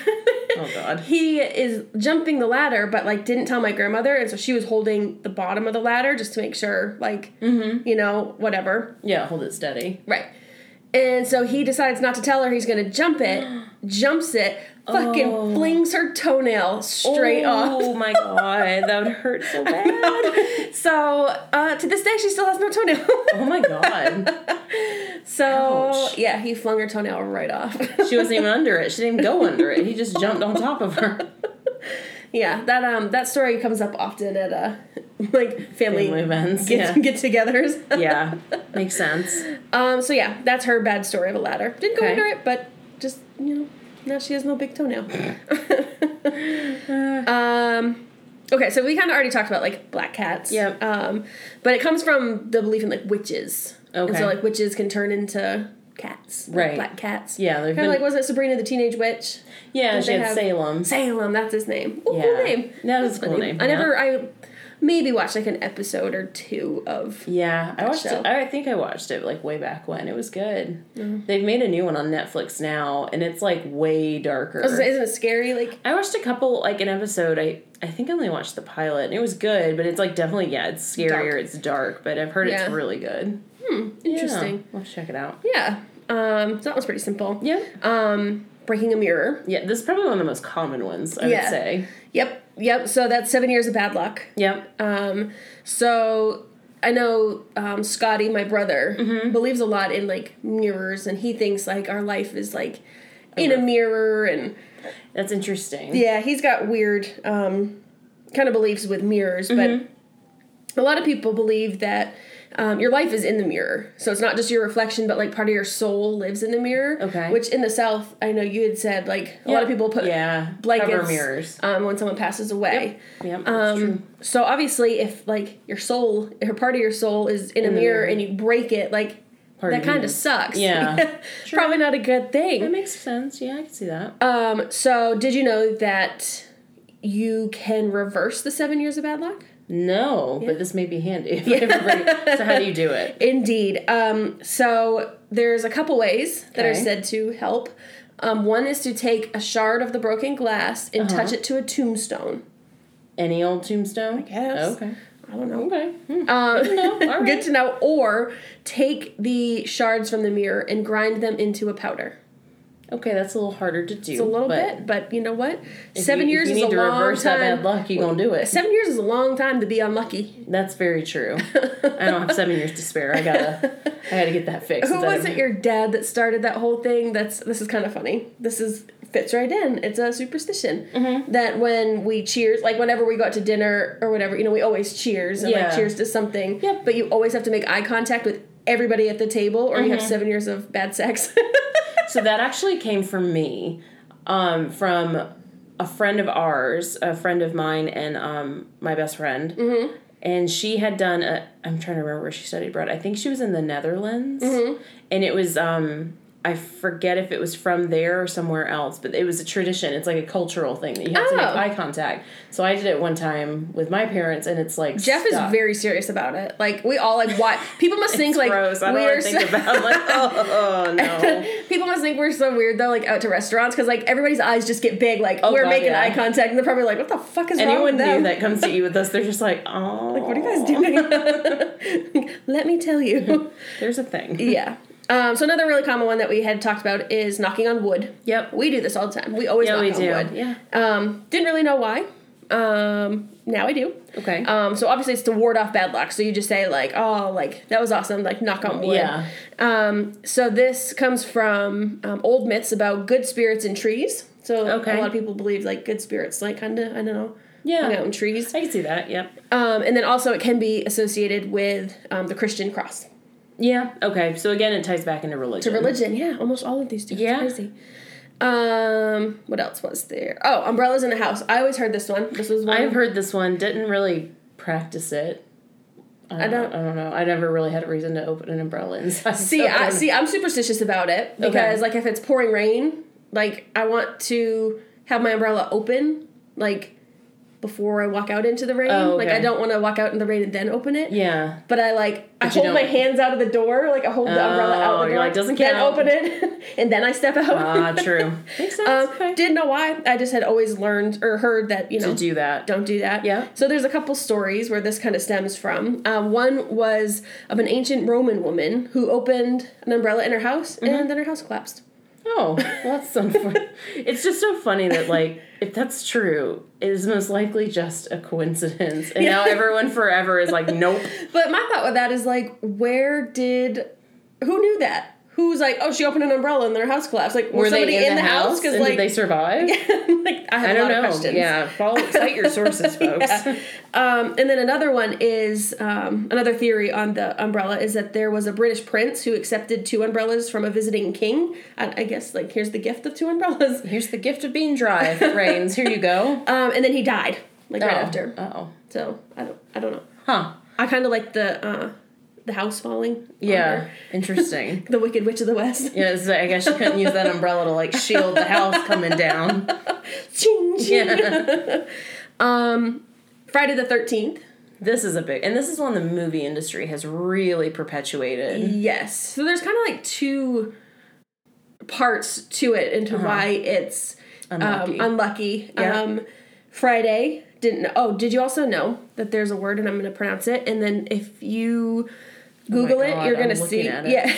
S2: Oh, God.
S3: he is jumping the ladder but like didn't tell my grandmother and so she was holding the bottom of the ladder just to make sure like
S2: Mm-hmm.
S3: you know whatever
S2: Yeah, hold it steady.
S3: right and so he decides not to tell her he's gonna jump it jumps it fucking
S2: Oh.
S3: flings her toenail straight off
S2: Oh, my God. That would hurt so bad.
S3: so uh, to this day she still has no toenail
S2: Oh, my God.
S3: so
S2: Ouch.
S3: yeah he flung her toenail right off
S2: She wasn't even under it. She didn't even go under it. He just jumped on top of her.
S3: Yeah, that um that story comes up often at uh like family,
S2: family events.
S3: get
S2: yeah.
S3: get-togethers.
S2: yeah, makes sense.
S3: Um so yeah, that's her bad story of a ladder. Didn't go
S2: Okay.
S3: under it, but just you know, now she has no big toenail. um Okay, so we kind of already talked about like black cats.
S2: Yeah.
S3: Um, but it comes from the belief in like witches. And
S2: Okay.
S3: so like witches can turn into cats. like,
S2: Right.
S3: Black cats.
S2: Yeah, there've
S3: Kind of
S2: been-
S3: like wasn't it Sabrina the Teenage Witch?
S2: Yeah, she
S3: they
S2: had
S3: have-
S2: Salem.
S3: Salem, that's his name. Ooh,
S2: Yeah.
S3: cool name.
S2: That is a
S3: Funny.
S2: cool name.
S3: I
S2: yeah.
S3: never I maybe watch like an episode or two of.
S2: Yeah, I watched
S3: show.
S2: it. I think I watched it like way back when. It was good.
S3: Mm.
S2: They've made a new one on Netflix now, and it's like way darker.
S3: Isn't it scary? Like
S2: I watched a couple, like an episode. I I think I only watched the pilot, and it was good, but it's like definitely yeah, it's scarier,
S3: Dark.
S2: it's dark, but I've heard it's
S3: Yeah. Hmm,
S2: really good.
S3: interesting.
S2: Yeah, let's check it out.
S3: Yeah. Um, so that one's pretty simple.
S2: Yeah,
S3: Um, breaking a mirror.
S2: yeah. This is probably one of the most common ones I would
S3: Yeah.
S2: say.
S3: Yep. Yep. So that's seven years of bad luck.
S2: Yep. Uh,
S3: Um, so I know um, Scotty, my brother,
S2: Mm-hmm.
S3: believes a lot in like mirrors, and he thinks like our life is like in a mirror, and
S2: That's interesting.
S3: yeah, he's got weird um, kind of beliefs with mirrors,
S2: Mm-hmm.
S3: but a lot of people believe that. Um, your life is in the mirror, so it's not just your reflection, but like part of your soul lives in the mirror.
S2: Okay.
S3: Which in the South, I know you had said like a lot of people put
S2: yeah
S3: blankets
S2: cover mirrors.
S3: um, when someone passes away.
S2: Yep. that's true.
S3: Um, so obviously, if like your soul, or part of your soul is in, a
S2: the
S3: mirror
S2: mirror.
S3: and you break it, like
S2: Part
S3: that
S2: you
S3: kind of
S2: is-
S3: sucks.
S2: Yeah. True.
S3: probably not a good
S2: That
S3: thing.
S2: makes sense. Yeah, I can see that.
S3: Um, so did you know that you can reverse the seven years of bad luck?
S2: No, but this may be handy. if I ever bring- so how do you do it?
S3: Indeed. Um, so there's a couple ways that are
S2: Okay.
S3: said to help. Um, one is to take a shard of the broken glass and
S2: Uh-huh.
S3: touch it to a tombstone.
S2: Any old tombstone? I
S3: guess.
S2: Okay.
S3: I don't know.
S2: Okay. Hmm.
S3: Um,
S2: No, all right.
S3: Good to know. Or take the shards from the mirror and grind them into a powder.
S2: Okay, that's a little harder to do.
S3: It's a little
S2: but
S3: bit, but you know what?
S2: if
S3: Seven
S2: you-
S3: years
S2: if you
S3: is
S2: need
S3: a
S2: to
S3: long
S2: reverse
S3: time.
S2: that bad luck. You gonna do it?
S3: Seven years is a long time to be unlucky.
S2: That's very true. I don't have seven years to spare. I gotta, I gotta get that fixed.
S3: Who
S2: That-
S3: was it? Your dad that started that whole thing. That's this is kind of funny. This is fits right in. It's a superstition that when we cheers, like whenever we go out to dinner or whatever, you know, we always cheers and
S2: Yeah.
S3: like cheers to something.
S2: Yep.
S3: But you always have to make eye contact with everybody at the table, or you have seven years of bad sex.
S2: So that actually came from me, um, from a friend of ours, a friend of mine, and um, my best friend.
S3: Mm-hmm.
S2: And she had done a. I'm trying to remember where she studied abroad. I think she was in the Netherlands,
S3: Mm-hmm.
S2: and it was. Um, I forget if it was from there or somewhere else, but it was a tradition. It's like a cultural thing that you have to make
S3: Oh.
S2: eye contact. So I did it one time with my parents, and it's like
S3: Jeff
S2: stuck.
S3: is very serious about it. Like we all like what people must think like
S2: gross. I
S3: we
S2: don't
S3: are
S2: want to think
S3: so,
S2: about like oh, oh no.
S3: people must think we're so weird though like out to restaurants because like everybody's eyes just get big like we're
S2: God,
S3: making
S2: yeah.
S3: eye contact and they're probably like what the fuck is wrong
S2: Anyone
S3: with
S2: new
S3: them?
S2: that comes to eat with us, they're just like oh,
S3: what are you guys doing? Let me tell you.
S2: There's a thing.
S3: yeah. Um, so another really common one that we had talked about is knocking on wood.
S2: Yep.
S3: We do this all the time. We always
S2: Yeah,
S3: knock
S2: we
S3: on
S2: do.
S3: wood.
S2: Yeah.
S3: Um, didn't really know why. Um, now I do.
S2: Okay.
S3: Um, so obviously it's to ward off bad luck. So you just say like, oh, like that was awesome. Like knock on wood.
S2: Yeah.
S3: Um, so this comes from um, old myths about good spirits in trees. So
S2: Okay.
S3: a lot of people believe like good spirits, like kind of I don't know,
S2: yeah.
S3: hang out in trees.
S2: I can see that. Yep.
S3: Um, and then also it can be associated with um, the Christian cross
S2: Yeah. Okay. So again, it ties back into religion.
S3: to religion. Yeah, almost all of these do. It's
S2: Yeah.
S3: crazy. Um, what else was there? Oh, umbrellas in the house. I always heard this one. This was one.
S2: I've heard this one. Didn't really practice it. I
S3: don't-
S2: I don't know. I never really had a reason to open an umbrella inside.
S3: See,
S2: so
S3: I,
S2: don't-
S3: see, I'm superstitious about it because,
S2: Okay.
S3: like, if it's pouring rain, like, I want to have my umbrella open, like, before I walk out into the rain.
S2: Oh,
S3: Like, I
S2: okay.
S3: don't want to walk out in the rain and then open it.
S2: Yeah.
S3: But I like I
S2: you
S3: hold my
S2: don't-
S3: hands out of the door, like I hold the umbrella out
S2: Oh,
S3: the
S2: you're
S3: door,
S2: like, doesn't
S3: then
S2: count.
S3: open it, and then I step out.
S2: Ah, true. Makes sense.
S3: um,
S2: okay.
S3: Didn't know why. I just had always learned or heard that you know
S2: to do that.
S3: don't do that.
S2: Yeah.
S3: So there's a couple stories where this kind of stems from. Uh, one was of an ancient Roman woman who opened an umbrella in her house
S2: Mm-hmm.
S3: and then her house collapsed.
S2: Oh, well, that's so fun. it's just so funny that like if that's true, it is most likely just a coincidence, and now everyone forever is like, nope.
S3: But my thought with that is like, where did who knew that? Who's like, oh, she opened an umbrella and their house collapsed? Like, was somebody in, the house? Because
S2: and
S3: like,
S2: did they survive?
S3: like, I have
S2: I
S3: a
S2: don't
S3: lot
S2: know.
S3: of questions.
S2: Yeah, follow cite your sources, folks.
S3: Yeah. Um, and then another one is um, another theory on the umbrella is that there was a British prince who accepted two umbrellas from a visiting king. I, I guess like here's the gift of two umbrellas.
S2: Here's the gift of being dry. If it rains, here you go.
S3: Um, and then he died like right after.
S2: Oh,
S3: So I don't I don't know.
S2: huh?
S3: I kind of like the uh, the house falling.
S2: Yeah,
S3: under
S2: interesting.
S3: the Wicked Witch of the West.
S2: Yeah, so I guess you couldn't use that umbrella to like shield the house coming down.
S3: Ching, ching.
S2: Yeah.
S3: Friday the Thirteenth.
S2: This is a big, and this is one the movie industry has really perpetuated.
S3: Yes. So there's kind of like two parts to it into why it's
S2: Uh-huh. Unlucky.
S3: um, unlucky.
S2: Yeah.
S3: Um, Friday didn't. Know, oh, did you also know that there's a word and I'm going to pronounce it? And then if you Google
S2: Oh God,
S3: it, you're
S2: I'm
S3: going to
S2: looking
S3: see.
S2: at it.
S3: Yeah.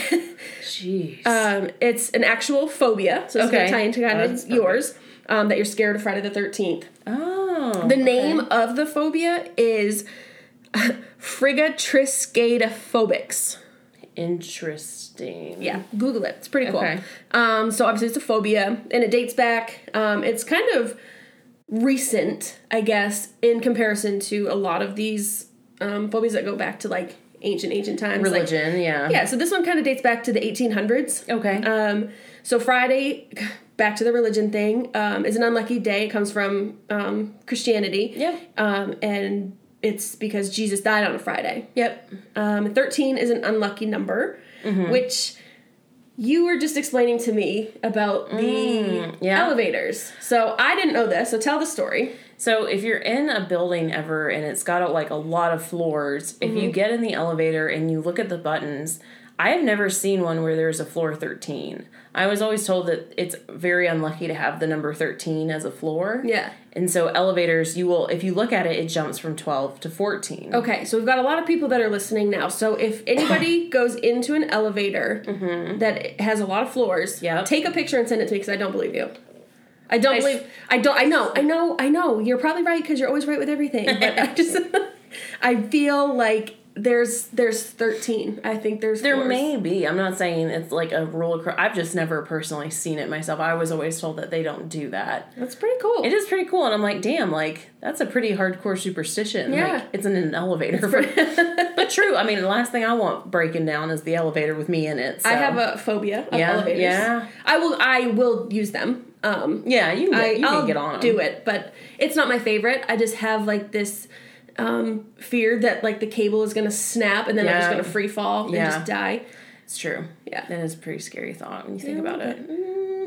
S2: Jeez.
S3: um, it's an actual phobia. So it's going
S2: Okay.
S3: to tie into kind
S2: That's
S3: of
S2: perfect.
S3: yours um, that you're scared of Friday the 13th.
S2: oh.
S3: The name of the phobia is frigatriscadophobics.
S2: Interesting.
S3: Yeah, Google it. It's pretty cool.
S2: Okay.
S3: Um, so obviously it's a phobia, and it dates back. Um, it's kind of recent, I guess, in comparison to a lot of these um, phobias that go back to like ancient, ancient times. like-
S2: Religion. yeah. Uh,
S3: yeah. So this one kind of dates back to the 1800s.
S2: Okay.
S3: Um, so Friday, back to the religion thing, um, is an unlucky day. It comes from um, Christianity.
S2: Yeah.
S3: Um, and it's because Jesus died on a Friday.
S2: yep.
S3: Um, 13 is an unlucky number, which you were just explaining to me about the
S2: yeah.
S3: elevators. So I didn't know this, so tell the story.
S2: So if you're in a building ever and it's got like a lot of floors, if
S3: Mm-hmm.
S2: you get in the elevator and you look at the buttons, I have never seen one where there's a floor 13. I was always told that it's very unlucky to have the number 13 as a floor.
S3: Yeah.
S2: And so elevators, you will if you look at it, it jumps from 12 to 14.
S3: Okay, so we've got a lot of people that are listening now. So if anybody goes into an elevator that has a lot of floors,
S2: Mm-hmm. Yep.
S3: take a picture and send it to me because I don't believe you. I don't believe. I don't. I know. I know. I know. You're probably right because you're always right with everything. But I just, I feel like there's there's 13. I think there's
S2: There
S3: floors.
S2: may be. I'm not saying it's like a rule. acro- I've just never personally seen it myself. I was always told that they don't do that.
S3: That's pretty cool.
S2: It is pretty cool, and I'm like, damn, like that's a pretty hardcore superstition.
S3: Yeah.
S2: like, it's in an elevator, but true. I mean, the last thing I want breaking down is the elevator with me in it. So.
S3: I have a phobia of
S2: Yeah,
S3: elevators.
S2: yeah.
S3: I will. I will use them. Um,
S2: yeah. You can get,
S3: I,
S2: you
S3: I'll
S2: can get on 'em.
S3: do it, but it's not my favorite. I just have like this um, fear that like the cable is gonna snap and then I'm just
S2: Yeah.
S3: gonna free fall
S2: Yeah.
S3: and just die.
S2: It's true.
S3: Yeah.
S2: that is a pretty scary thought when you think
S3: Yeah,
S2: about it.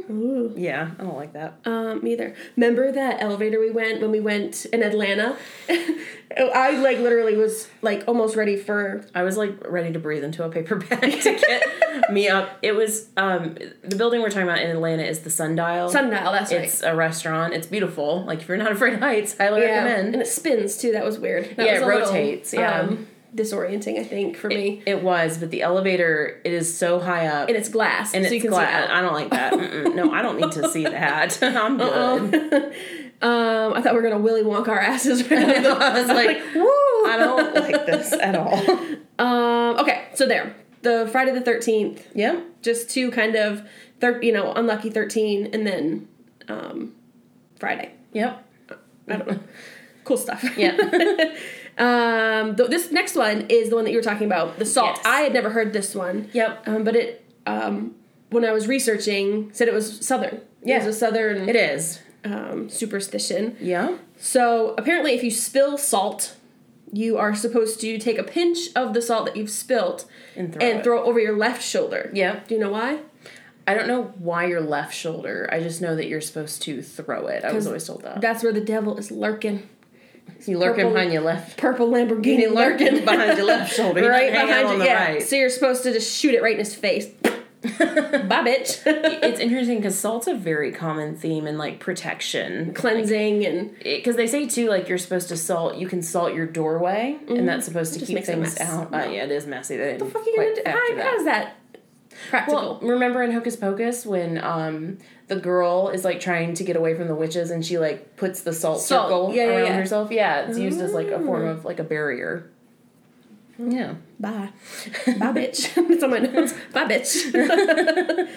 S3: Ooh.
S2: Yeah, I don't like that.
S3: Um, me either. Remember that elevator we went when we went in Atlanta? I like literally was like almost ready for
S2: I was like ready to breathe into a paper bag to get me up. It was um the building we're talking about in Atlanta is the Sundial.
S3: sundial. That's right.
S2: It's a restaurant. It's beautiful. Like if you're not afraid of heights, highly
S3: Yeah, and
S2: recommend.
S3: it spins too. That was weird. That
S2: Yeah,
S3: was
S2: it
S3: a little, um,
S2: rotates, yeah.
S3: disorienting, I think, for me.
S2: It was, but the elevator it is so high up.
S3: and it's glass,
S2: and
S3: so you
S2: it's
S3: can
S2: gla-
S3: see out.
S2: I don't like that. Mm-mm. No, I don't need to see that. I'm good.
S3: Uh-uh. Um, I thought we were gonna Willy Wonka our asses. Right now.
S2: I was like,
S3: Woo!
S2: I don't like this at all.
S3: Um, okay, so there, the Friday the Thirteenth,
S2: Yeah.
S3: just two kind of, thir- you know, unlucky thirteen, and then, um, Friday.
S2: Yep.
S3: I don't know. Cool stuff.
S2: Yeah.
S3: Um, th- this next one is the one that you were talking about, the salt.
S2: Yes.
S3: I had never heard this one.
S2: yep.
S3: Um, but it, um, when I was researching, said it was southern. It
S2: Yeah.
S3: was a southern
S2: It is.
S3: um, superstition.
S2: Yeah.
S3: So apparently, if you spill salt, you are supposed to take a pinch of the salt that you've spilt
S2: And throw
S3: and
S2: it.
S3: throw it over your left shoulder.
S2: Yep.
S3: Do you know why?
S2: I don't know why your left shoulder. I just know that you're supposed to throw it. I was
S3: 'Cause
S2: always told that.
S3: That's where the devil is lurking.
S2: you lurking
S3: purple-
S2: behind your left.
S3: Purple Lamborghini lurking.
S2: behind your left shoulder. You're
S3: right
S2: not hanging out
S3: behind
S2: on
S3: you.
S2: the
S3: Yeah.
S2: right.
S3: So you're supposed to just shoot it right in his face. Bye, bitch.
S2: It's interesting because salt's a very common theme in like protection.
S3: Cleansing and
S2: because they say too, like you're supposed to salt. You can salt your doorway, and that's supposed to
S3: Mm-hmm. just
S2: keep
S3: makes
S2: things
S3: a mess.
S2: out. Uh, yeah, it is messy. They didn't
S3: what are you
S2: quite
S3: gonna do?
S2: factor
S3: How,
S2: that.
S3: how is that practical?
S2: Well, remember in Hocus Pocus when um the girl is like trying to get away from the witches, and she like puts the salt,
S3: Salt.
S2: circle
S3: Yeah, yeah,
S2: around
S3: yeah. Mm.
S2: herself. Yeah, it's used as like a form of like a barrier. Yeah.
S3: Bye. Bye, bitch. it's on my notes. Bye, bitch.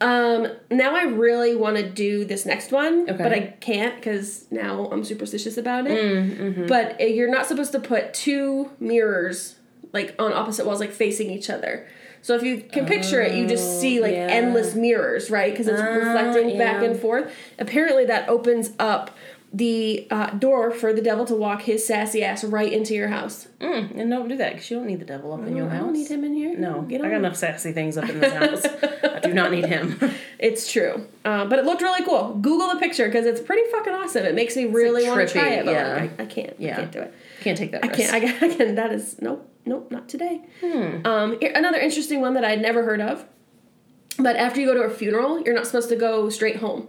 S3: um, now I really want to do this next one,
S2: Okay.
S3: but I can't because now I'm superstitious about it. But uh, you're not supposed to put two mirrors like on opposite walls, like facing each other. So if you can picture it, you just see like
S2: yeah.
S3: Oh, endless mirrors, right? Because it's reflecting back
S2: yeah.
S3: and forth. Apparently, that opens up the uh, door for the devil to walk his sassy ass right into your house.
S2: Mm, and don't do that because you don't need the devil up in your
S3: I
S2: house.
S3: don't need him in here.
S2: No,
S3: get
S2: I
S3: on.
S2: got enough sassy things up in this house. I do not need him.
S3: It's true, uh, but it looked really cool. Google the picture because it's pretty fucking awesome. It makes me really want
S2: trippy,
S3: to try it, but
S2: yeah.
S3: like, I, I can't. I
S2: Yeah.
S3: can't do it.
S2: Can't take that
S3: I
S2: risk.
S3: can't. I, I can. That is nope. Nope. Not today.
S2: Hmm.
S3: Um, here- another interesting one that I'd never heard of. But after you go to a funeral, you're not supposed to go straight home.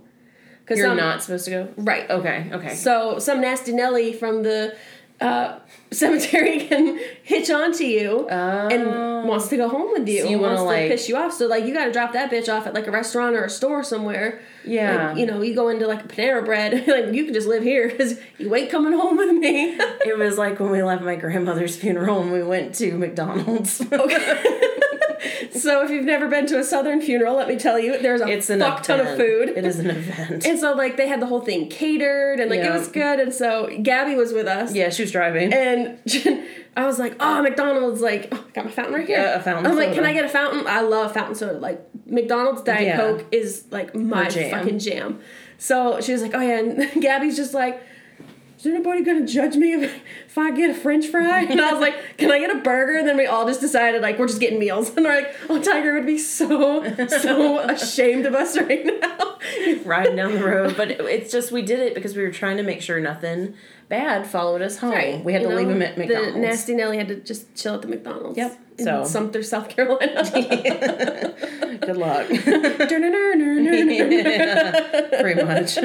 S3: Because
S2: You're not supposed to go.
S3: right.
S2: Okay. Okay.
S3: So some nasty Nelly from the uh, cemetery can hitch onto you and wants to go home with you.
S2: Oh. So you wanna,
S3: wants to
S2: like-
S3: piss you off. So like you got to drop that bitch off at like a restaurant or a store somewhere.
S2: Yeah.
S3: Like, you know, you go into like a Panera Bread. like you can just live here because you ain't coming home with me.
S2: it was like when we left my grandmother's funeral and we went to McDonald's.
S3: so if you've never been to a Southern funeral, let me tell you, there's a
S2: it's an
S3: fuck ton of
S2: event.
S3: food.
S2: It is an event.
S3: and so like they had the whole thing catered and like
S2: Yeah.
S3: it was good. And so Gabby was with us.
S2: yeah, she was driving.
S3: And I was like, oh, McDonald's, like, oh, I got my fountain right here.
S2: Yeah, a fountain
S3: I'm like,
S2: soda.
S3: can I get a fountain? I love fountain soda. Like, McDonald's Diet
S2: Yeah.
S3: Coke is like my
S2: Her jam.
S3: fucking jam. So she was like, oh, yeah. And Gabby's just like, is anybody gonna judge me if, if I get a french fry? And I was like, can I get a burger? And then we all just decided, like, we're just getting meals. And we're like, oh, Tiger would be so, so ashamed of us right now.
S2: riding down the road. But it- it's just we did it because we were trying to make sure nothing bad followed us home. We had
S3: You
S2: to leave
S3: know,
S2: him at McDonald's.
S3: The nasty Nelly had to just chill at the McDonald's.
S2: Yep.
S3: In
S2: So-
S3: Sumter, South Carolina.
S2: Good luck.
S3: Dun-dun-dun-dun-dun.
S2: Pretty much.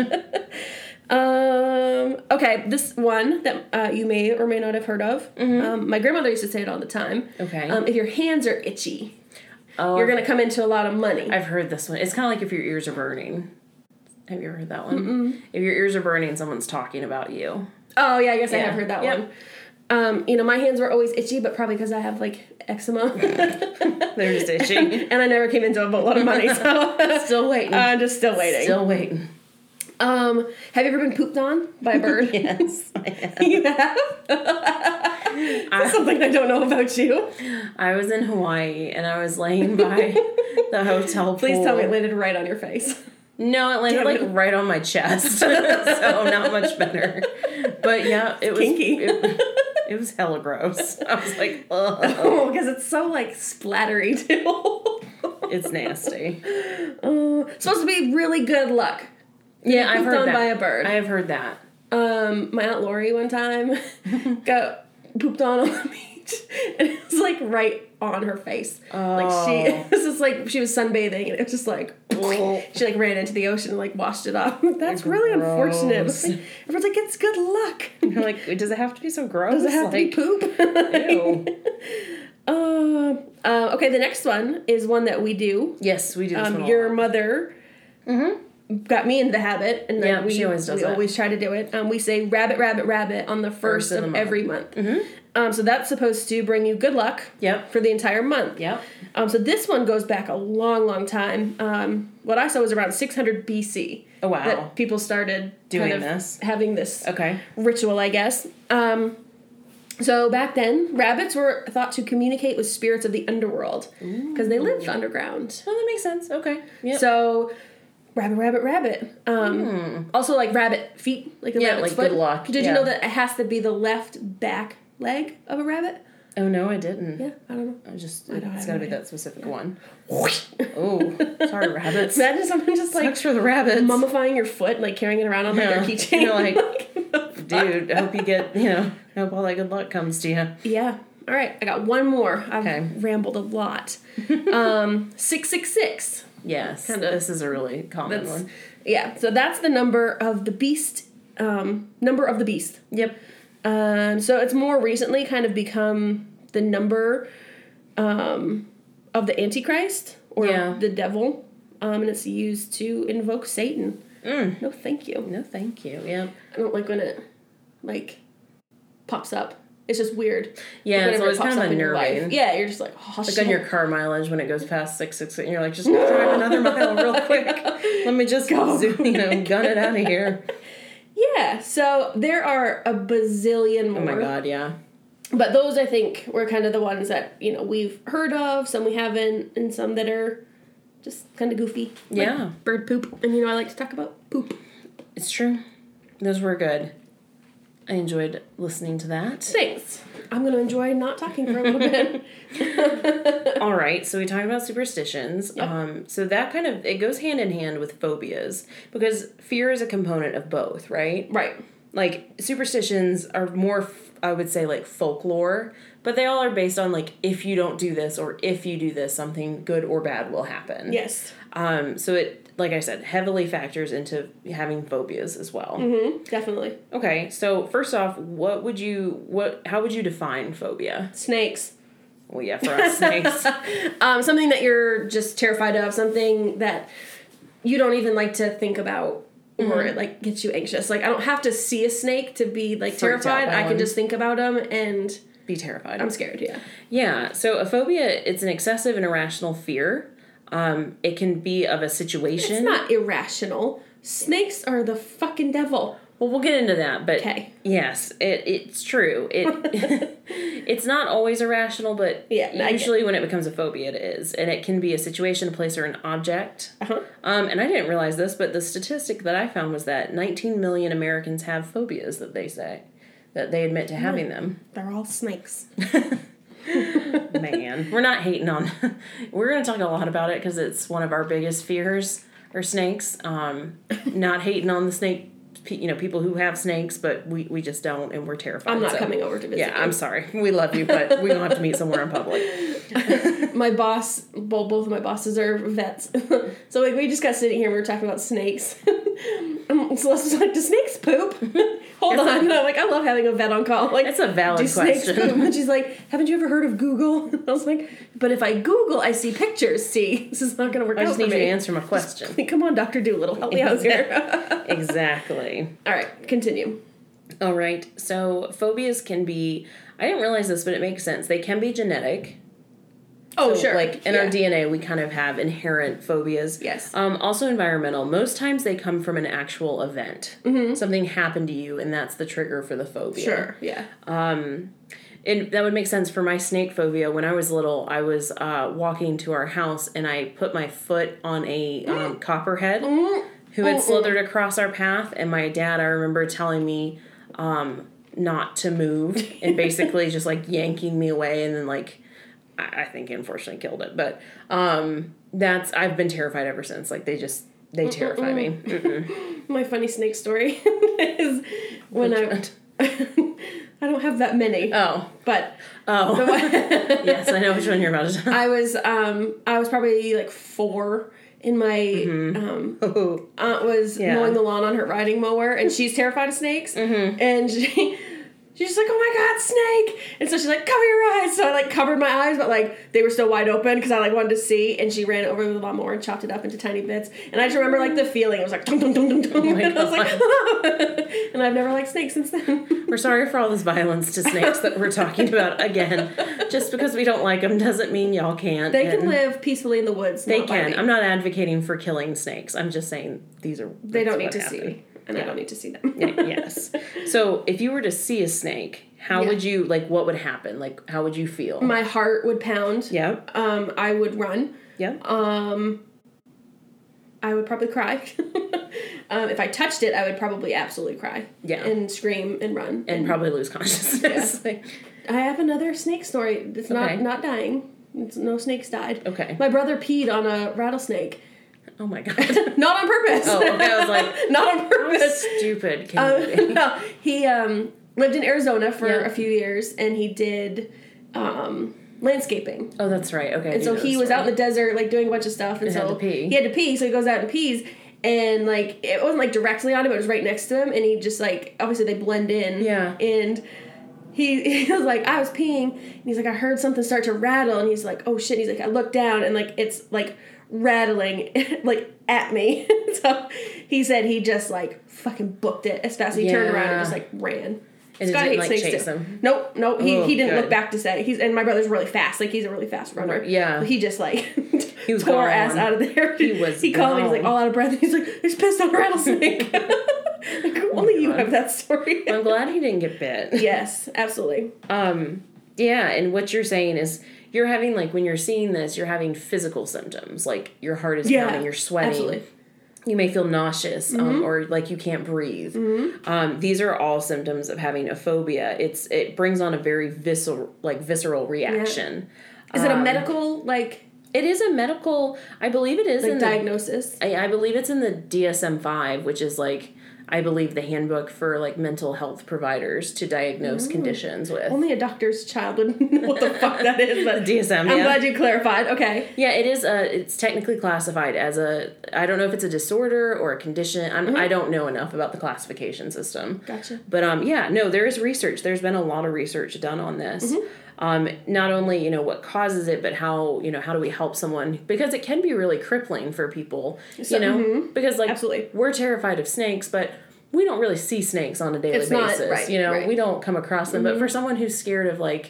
S3: um, okay, this one that uh, you may or may not have heard of. Um, my grandmother used to say it all the time.
S2: Mm-hmm. Okay.
S3: Um, if your hands are itchy,
S2: Oh,
S3: you're going to come into a lot of money.
S2: I've heard this one. It's kind of like if your ears are burning. Have you ever heard that one? If your ears are burning, someone's talking about you.
S3: oh, yeah, I guess I
S2: Yeah.
S3: have heard that
S2: Yep.
S3: one. Um, you know, my hands were always itchy, but probably because I have like eczema,
S2: They're just itching.
S3: and I never came into a boatload of money, so
S2: Still waiting.
S3: I'm just still waiting.
S2: Still waiting.
S3: Um, have you ever been pooped on by a bird?
S2: Yes.
S3: you have. That's something I don't know about you.
S2: I was in Hawaii and I was laying by the hotel pool.
S3: Please tell me it landed right on your face.
S2: No, it landed
S3: Damn
S2: like
S3: it.
S2: right on my chest, so not much better. But yeah, it was
S3: Kinky.
S2: It, it was hella gross. I was like, ugh,
S3: Oh, because it's so like splattery too.
S2: it's nasty.
S3: Uh, supposed to be really good luck.
S2: Yeah, I've
S3: pooped
S2: heard
S3: on
S2: that.
S3: by a bird.
S2: I have heard that.
S3: Um, my aunt Lori one time got pooped on on the beach, and it was like right on her face. Like she,
S2: Oh.
S3: it was just like she was sunbathing, and it was just like
S2: Oh.
S3: she like ran into the ocean and like washed it off. That's really unfortunate. It was like- Everyone's like, it's good luck.
S2: You're like, does it have to be so gross?
S3: Does it have
S2: like,
S3: to be poop?
S2: ew.
S3: Um, uh, okay, the next one is one that we do.
S2: Yes, we do. This
S3: Um,
S2: one a
S3: your
S2: lot.
S3: mother got me into the habit, and like,
S2: Mm-hmm. Yeah,
S3: we,
S2: she always does
S3: we
S2: that.
S3: always try to do it. Um, we say rabbit, rabbit, rabbit on the first,
S2: First of
S3: of,
S2: the month. Mm-hmm.
S3: every month. Um, so that's supposed to bring you good luck
S2: Yep.
S3: for the entire month.
S2: Yep.
S3: Um, so this one goes back a long, long time. Um, what I saw was around 600 BC.
S2: Oh, wow.
S3: That people started
S2: Doing
S3: kind of
S2: this.
S3: having this
S2: Okay.
S3: ritual, I guess. Um, so back then, rabbits were thought to communicate with spirits of the underworld because they lived underground.
S2: Well, that makes sense. Okay. Yep.
S3: So, rabbit, rabbit, rabbit. Um, Also, like rabbit feet, like the
S2: Hmm. Yeah, like
S3: rabbit's foot.
S2: good luck,
S3: Did
S2: yeah.
S3: you know that it has to be the left back leg of a rabbit?
S2: oh no, I didn't.
S3: Yeah, I don't know.
S2: I just
S3: don't
S2: it's got to
S3: know.
S2: be that specific one. Oh, sorry, rabbits.
S3: Imagine someone just like
S2: Sucks for the rabbits.
S3: mummifying your foot, like carrying it around on like
S2: Yeah.
S3: their keychain.
S2: You're like, dude, I hope you get, you know, I hope all that good luck comes to you.
S3: Yeah. All right. I got one more. I've
S2: Okay.
S3: rambled a lot. um, six six six.
S2: Yes.
S3: Kinda.
S2: This is a really common
S3: That's-
S2: one.
S3: Yeah. So that's the number of the beast. Um, number of the beast.
S2: Yep.
S3: Um, so it's more recently kind of become the number um, of the Antichrist or
S2: Yeah.
S3: the devil, um, and it's used to invoke Satan.
S2: Mm.
S3: No, thank you.
S2: No, thank you. Yep.
S3: I don't like when it like pops up. It's just weird.
S2: Yeah,
S3: Like,
S2: it's
S3: whenever
S2: always
S3: it pops
S2: kind of
S3: up in your life.
S2: unnerving.
S3: Yeah, you're just like, oh,
S2: Like on your car mileage when it goes past six six, and you're like, just drive another mile real quick. Let me just go, you know, gun it out of here.
S3: Yeah, so there are a bazillion more.
S2: Oh my god, yeah.
S3: But those I think were kind of the ones that, you know, we've heard of, some we haven't, and some that are just kind of goofy. Like
S2: Yeah.
S3: bird poop. And you know I like to talk about poop.
S2: It's true. Those were good. I enjoyed listening to that.
S3: Thanks. I'm gonna enjoy not talking for a little bit.
S2: All right, so we talked about superstitions. Um, so that kind of it goes hand in hand with phobias because fear is a component of both, right?
S3: Right.
S2: Like superstitions are more, f- I would say, like folklore, but they all are based on like if you don't do this or if you do this, something good or bad will happen.
S3: Yes.
S2: Um. So it, like I said, heavily factors into having phobias as well.
S3: Definitely.
S2: Okay. So first off, what would you what? How would you define phobia?
S3: Snakes.
S2: Well, yeah, for us snakes.
S3: Um, something that you're just terrified of, something that you don't even like to think about or
S2: Mm-hmm.
S3: it like gets you anxious. Like I don't have to see a snake to be like
S2: Freaked out
S3: terrified.
S2: by
S3: I can
S2: one.
S3: just think about them and
S2: Be terrified.
S3: I'm scared, yeah.
S2: Yeah, so a phobia it's an excessive and irrational fear. Um, it can be of a situation.
S3: It's not irrational. Snakes are the fucking devil.
S2: well, we'll get into that, but
S3: Okay.
S2: yes, it, it's true. It it's not always irrational, but
S3: Yeah, I get-
S2: usually when it becomes a phobia, it is, and it can be a situation, a place, or an object.
S3: Uh-huh.
S2: Um, and I didn't realize this, but the statistic that I found was that 19 million Americans have phobias that they say that they admit to having them.
S3: They're all snakes. Hmm.
S2: Man, we're not hating on. we're going to talk a lot about it because it's one of our biggest fears are snakes. Um, not hating on the snake, pe- you know, people who have snakes, but we, we just don't, and we're terrified.
S3: I'm not
S2: so-
S3: coming over to visit.
S2: Yeah,
S3: you.
S2: I'm sorry. We love you, but we don't have to meet somewhere in public.
S3: my boss, well, both of my bosses are vets. so like we just got sitting here and we were talking about snakes. Um, so let's just like, do snakes poop? Hold on. And I'm like, I love having a vet on call. Like
S2: It's a valid
S3: do snakes
S2: question.
S3: poop? And she's like, haven't you ever heard of Google? I was like, but if I Google, I see pictures. See, this is not going to work
S2: I
S3: out
S2: just
S3: for
S2: need you
S3: me.
S2: to answer my question.
S3: Like, Come on, Doctor Doolittle, help me out here.
S2: exactly.
S3: All right, continue.
S2: All Oh, right. So phobias can be. I didn't realize this, but it makes sense. They can be genetic.
S3: Oh
S2: So,
S3: sure,
S2: Like in
S3: yeah.
S2: our DNA, we kind of have inherent phobias.
S3: Yes.
S2: Um, also environmental. Most times they come from an actual event. Something happened to you, and that's the trigger for the phobia.
S3: Mm-hmm. Sure, yeah.
S2: And that would make sense for my snake phobia. When I was little, I was uh, walking to our house, and I put my foot on a um, copperhead who had slithered across our path. And my dad, I remember telling me um, not to move, and basically just like yanking me away, and then like. I I think he unfortunately killed it, but um, that's I've been terrified ever since. Like they just they terrify me.
S3: My funny snake story is when I I don't have that many,
S2: Oh,
S3: but
S2: oh, yes, I know which one you're about to.
S3: I was um I was probably like four and my um,
S2: Talk.
S3: aunt was
S2: Mm-hmm. Yeah.
S3: mowing the lawn on her riding mower and she's terrified of snakes
S2: Mm-hmm.
S3: and she she's just like oh my god snake and so she's like cover your eyes so I like covered my eyes but like they were still wide open because I like wanted to see and she ran over the lawnmower and chopped it up into tiny bits and I just remember like the feeling it was like dum dum dum dum dum
S2: Mm-hmm. Oh my
S3: and I was like
S2: God.
S3: and I've never liked snakes since then
S2: We're sorry for all this violence to snakes that we're talking about again. Just because we don't like them doesn't mean y'all can't.
S3: they can
S2: and
S3: live peacefully in the woods
S2: They
S3: not by
S2: can.
S3: me.
S2: I'm not advocating for killing snakes. I'm just saying these are.
S3: they don't need to see me and I don't need to see them
S2: yes. So if you were to see a snake, how
S3: Yeah. Mm.
S2: would you like? What would happen? Like, how would you feel?
S3: my heart would pound.
S2: yeah.
S3: Um, I would run.
S2: Yeah.
S3: Um, I would probably cry. um, if I touched it, I would probably absolutely cry.
S2: Yeah.
S3: And scream and run.
S2: and probably lose consciousness.
S3: I have another snake story. It's not
S2: Okay.
S3: not dying. It's, no snakes died.
S2: Okay.
S3: My brother peed on a rattlesnake.
S2: oh my god.
S3: Not on purpose.
S2: Oh, okay. I was like,
S3: not on
S2: how
S3: purpose.
S2: stupid. Can you be?
S3: Um, no, he um, lived in Arizona for
S2: Yeah.
S3: a few years, and he did um, landscaping.
S2: Oh, that's right. Okay. I
S3: And
S2: do
S3: so
S2: know
S3: he
S2: this
S3: was out
S2: story.
S3: in the desert, like doing a bunch of stuff, and
S2: had
S3: so
S2: to pee.
S3: he had to pee. So he goes out and pees, and like it wasn't like directly on him; it was right next to him, and he just like obviously they blend in.
S2: Yeah.
S3: And he, he was like, I was peeing, and he's like, I heard something start to rattle, and he's like, Oh shit! And he's like, I looked down, and like it's like rattling like at me. so he said he just like fucking booked it as fast as he turned around and
S2: Yeah.
S3: just like ran.
S2: And it
S3: Scott
S2: didn't,
S3: hates
S2: like,
S3: snakes
S2: chase
S3: too.
S2: him?
S3: Nope, nope. He,
S2: Oh,
S3: he didn't
S2: good.
S3: look back to say he's and my brother's really fast. Like he's a really fast runner.
S2: Yeah.
S3: He just like he
S2: was
S3: tore our ass
S2: gone.
S3: out of there.
S2: He was
S3: He called me. He's like
S2: gone.
S3: all out of breath. He's like, "There's pissed on a rattlesnake." like,
S2: Oh
S3: only you have that story.
S2: I'm glad he didn't get bit.
S3: yes, absolutely.
S2: Um, yeah, and what you're saying is you're having like when you're seeing this, you're having physical symptoms like your heart is
S3: Yeah,
S2: pounding, you're sweating,
S3: absolutely. Mm-hmm.
S2: you may feel nauseous um, or like you can't breathe. Um, these are all symptoms of having a phobia. It's it brings on a very visceral like visceral reaction.
S3: Is
S2: Um,
S3: it a medical like,
S2: It is a medical. I believe it is
S3: like
S2: in the
S3: diagnosis?
S2: I, I believe it's in the DSM five, which is like I believe the handbook for like mental health providers to diagnose
S3: Mm.
S2: conditions with.
S3: Only a doctor's child would know what the fuck that is. But
S2: DSM,
S3: I'm
S2: yeah.
S3: glad you clarified. Okay.
S2: yeah, it is. A, it's technically classified as a. I don't know if it's a disorder or a condition. I'm, I don't know enough about the classification system.
S3: Gotcha.
S2: But um, yeah, no, there is research. There's been a lot of research done on this.
S3: Mm-hmm.
S2: Um, not only you know what causes it, but how you know how do we help someone because it can be really crippling for people.
S3: So- mm-hmm.
S2: you know because like
S3: Absolutely.
S2: we're terrified of snakes, but we don't really see snakes on a daily
S3: It's not-
S2: basis.
S3: right,
S2: you know
S3: right. Mm-hmm.
S2: we don't come across them. But for someone who's scared of like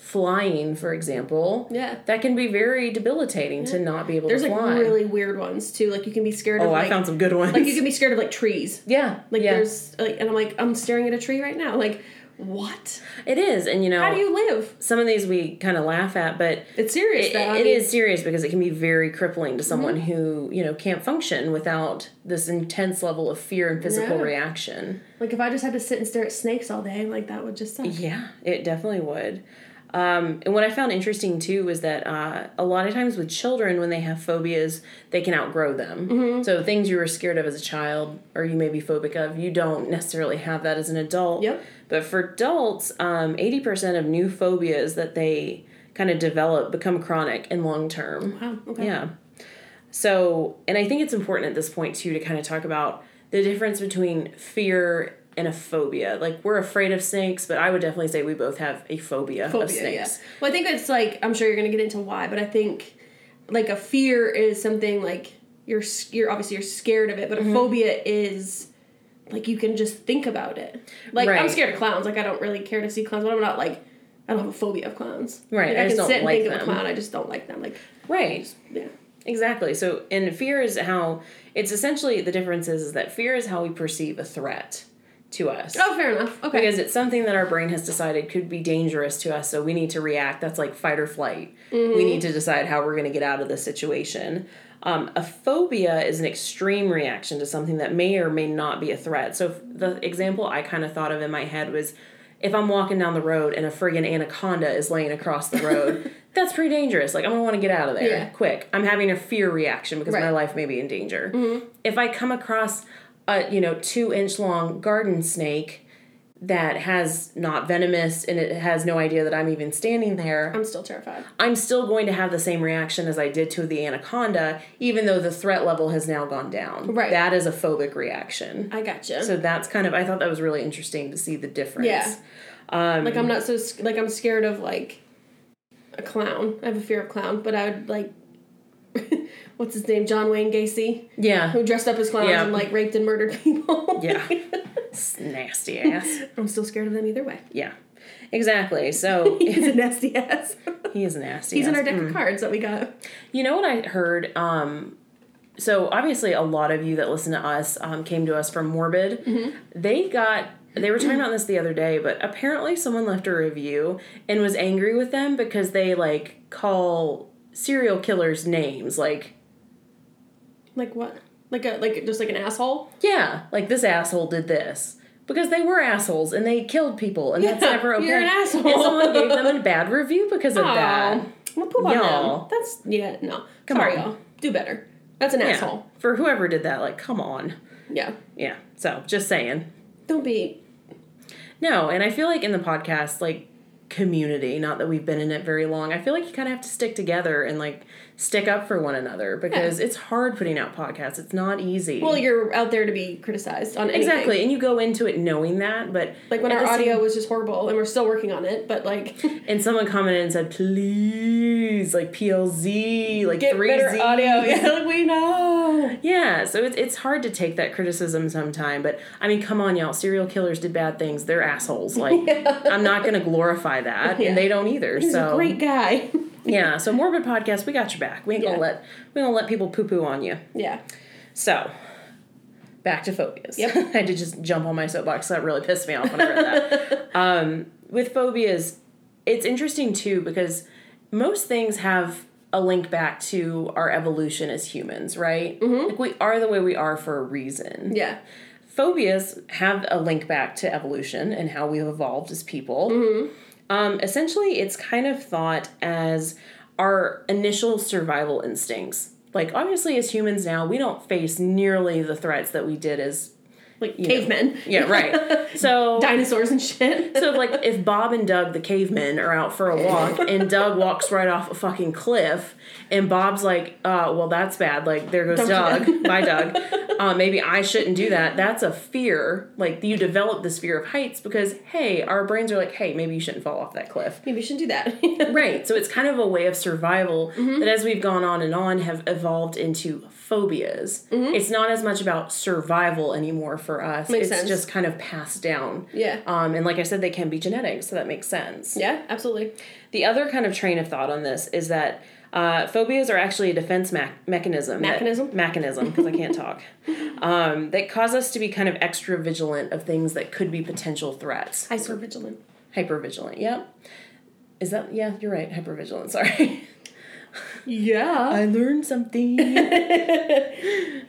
S2: flying, for example,
S3: Yeah.
S2: that can be very debilitating to not be able
S3: There's
S2: to
S3: like
S2: fly.
S3: really weird ones too. Like you can be scared of
S2: oh,
S3: like,
S2: I found some good ones.
S3: like you can be scared of like trees.
S2: yeah,
S3: Like
S2: yeah.
S3: there's like, and I'm like I'm staring at a tree right now. Like what?
S2: it is, and you know
S3: How do you live?
S2: some of these we kind of laugh at, but
S3: It's serious.
S2: it,
S3: though. I
S2: it
S3: mean,
S2: is Mm-hmm. serious because it can be very crippling to someone who you know can't function without this intense level of fear and physical
S3: Yeah.
S2: reaction
S3: Like if I just had to sit and stare at snakes all day, like that would just suck.
S2: yeah it definitely would um, and what i found interesting too was that uh, a lot of times with children when they have phobias they can outgrow them so things you were scared of as a child or you may be phobic of you don't necessarily have that as an adult
S3: Yep.
S2: but for adults um, 80% of new phobias that they kind of develop become chronic and long term
S3: Wow. Oh, Okay.
S2: Yeah. So, and I think it's important at this point too to kind of talk about the difference between fear and a phobia. Like we're afraid of snakes, but I would definitely say we both have a phobia, of
S3: Phobia, yeah.
S2: snakes.
S3: Well, I think it's like I'm sure you're gonna get into why, but I think like a fear is something like you're s- you're obviously you're scared of it, but
S2: Mm-hmm.
S3: a phobia is like you can just think about it. Like I'm
S2: Right.
S3: scared of clowns. Like I don't really care to see clowns, but I'm not like I don't have a phobia of clowns.
S2: Right,
S3: Like,
S2: I
S3: I,
S2: just
S3: can
S2: don't
S3: sit and
S2: like
S3: think of a
S2: them.
S3: clown. I just don't like them. Like
S2: Right.
S3: yeah.
S2: Exactly. So, and fear is how it's essentially the difference is, is that fear is how we perceive a threat to us.
S3: Oh, fair enough. Okay.
S2: Because it's something that our brain has decided could be dangerous to us, so we need to react. That's like fight or flight.
S3: Mm-hmm.
S2: We need to decide how we're going to get out of the situation. Um, a phobia is an extreme reaction to something that may or may not be a threat. So, f- the example I kind of thought of in my head was if I'm walking down the road and a friggin' anaconda is laying across the road, that's pretty dangerous. Like, I'm gonna wanna get out of there
S3: Yeah.
S2: quick. I'm having a fear reaction because my
S3: Right. Mm-hmm.
S2: life may be in danger. If I come across a, you know, two inch long garden snake, that has not venomous and it has no idea that I'm even standing there,
S3: I'm still terrified.
S2: I'm still going to have the same reaction as I did to the anaconda, even though the threat level has now gone down.
S3: Right.
S2: That is a phobic reaction.
S3: I gotcha.
S2: So that's kind of, I thought that was really interesting to see the difference.
S3: Yeah. like
S2: Um,
S3: I'm not so sc- like I'm scared of like a clown. I have a fear of clown, but I would like what's his name, John Wayne Gacy,
S2: Yeah.
S3: who dressed up as clowns
S2: Yeah.
S3: and like raped and murdered people.
S2: Yeah. It's nasty ass.
S3: I'm still scared of them either way.
S2: Yeah. Exactly. So
S3: He's a nasty ass.
S2: he is nasty.
S3: He's in
S2: ass.
S3: our deck of cards that we got.
S2: You know what I heard? Um, so obviously, a lot of you that listen to us um, came to us from Morbid.
S3: Mm-hmm.
S2: They got. They were talking about this the other day, but apparently someone left a review and was angry with them because they like call serial killers names, like
S3: Like what? Like a like just like an asshole.
S2: yeah, like this asshole did this because they were assholes and they killed people and that's
S3: Yeah,
S2: never okay.
S3: you're an asshole.
S2: And someone gave them a bad review because of that.
S3: Aw. Well, poop on
S2: Y'all.
S3: them. That's yeah. No,
S2: Come
S3: sorry,
S2: on.
S3: y'all. Do better. That's an
S2: Yeah,
S3: asshole.
S2: for whoever did that, like come on,
S3: Yeah.
S2: yeah. So just saying.
S3: Don't be.
S2: No, and I feel like in the podcast, like community, not that we've been in it very long, I feel like you kind of have to stick together and like stick up for one another because it's hard putting out podcasts. It's not easy.
S3: Well, you're out there to be criticized on anything.
S2: exactly, and you go into it knowing that, but
S3: Like when
S2: at
S3: our
S2: the same-
S3: audio was just horrible, and we're still working on it. But like,
S2: and someone commented and said, "Please, like PLZ, like
S3: get
S2: three
S3: better
S2: Z."
S3: audio. Yeah, like we know.
S2: Yeah, so it's it's hard to take that criticism sometime, but I mean, come on, y'all. Serial killers did bad things. They're assholes. Like I'm not going to glorify that,
S3: Yeah.
S2: and they don't either.
S3: He's
S2: so
S3: a great guy.
S2: Yeah, so morbid podcast, we got your back. We ain't
S3: Yeah.
S2: gonna let we gonna let people poo poo on you.
S3: yeah.
S2: So back to phobias.
S3: Yep.
S2: I had to just jump on my soapbox. That really pissed me off when I read that. um, with phobias, it's interesting too because most things have a link back to our evolution as humans, right?
S3: Mm-hmm.
S2: Like we are the way we are for a reason.
S3: Yeah.
S2: Phobias have a link back to evolution and how we've evolved as people. Um, essentially, it's kind of thought as our initial survival instincts. Like, obviously, as humans now, we don't face nearly the threats that we did as.
S3: Like
S2: know.
S3: cavemen.
S2: Yeah, right. So,
S3: Dinosaurs and shit.
S2: so like if Bob and Doug, the cavemen, are out for a walk and Doug walks right off a fucking cliff, and Bob's like, uh, well, that's bad. Like, there goes
S3: Don't
S2: Doug.
S3: do that.
S2: Bye, Doug. Uh, maybe I shouldn't do that. That's a fear. Like, you develop this fear of heights because, hey, our brains are like, hey, maybe you shouldn't fall off that cliff.
S3: Maybe you shouldn't do that.
S2: Right. So it's kind of a way of survival
S3: Mm-hmm.
S2: that as we've gone on and on have evolved into phobias. It's not as much about survival anymore for us.
S3: Mm-hmm. Makes
S2: it's
S3: sense.
S2: just kind of passed down.
S3: Yeah.
S2: Um, and like I said, they can be genetic, so that makes sense.
S3: yeah, absolutely.
S2: The other kind of train of thought on this is that uh, phobias are actually a defense mech mechanism. that-
S3: Mechanism?
S2: mechanism, because I can't talk. Um, that cause us to be kind of extra vigilant of things that could be potential threats.
S3: I swear vigilant.
S2: Hypervigilant, yep. Is that, yeah, you're right, hypervigilant, sorry.
S3: Yeah.
S2: learned something.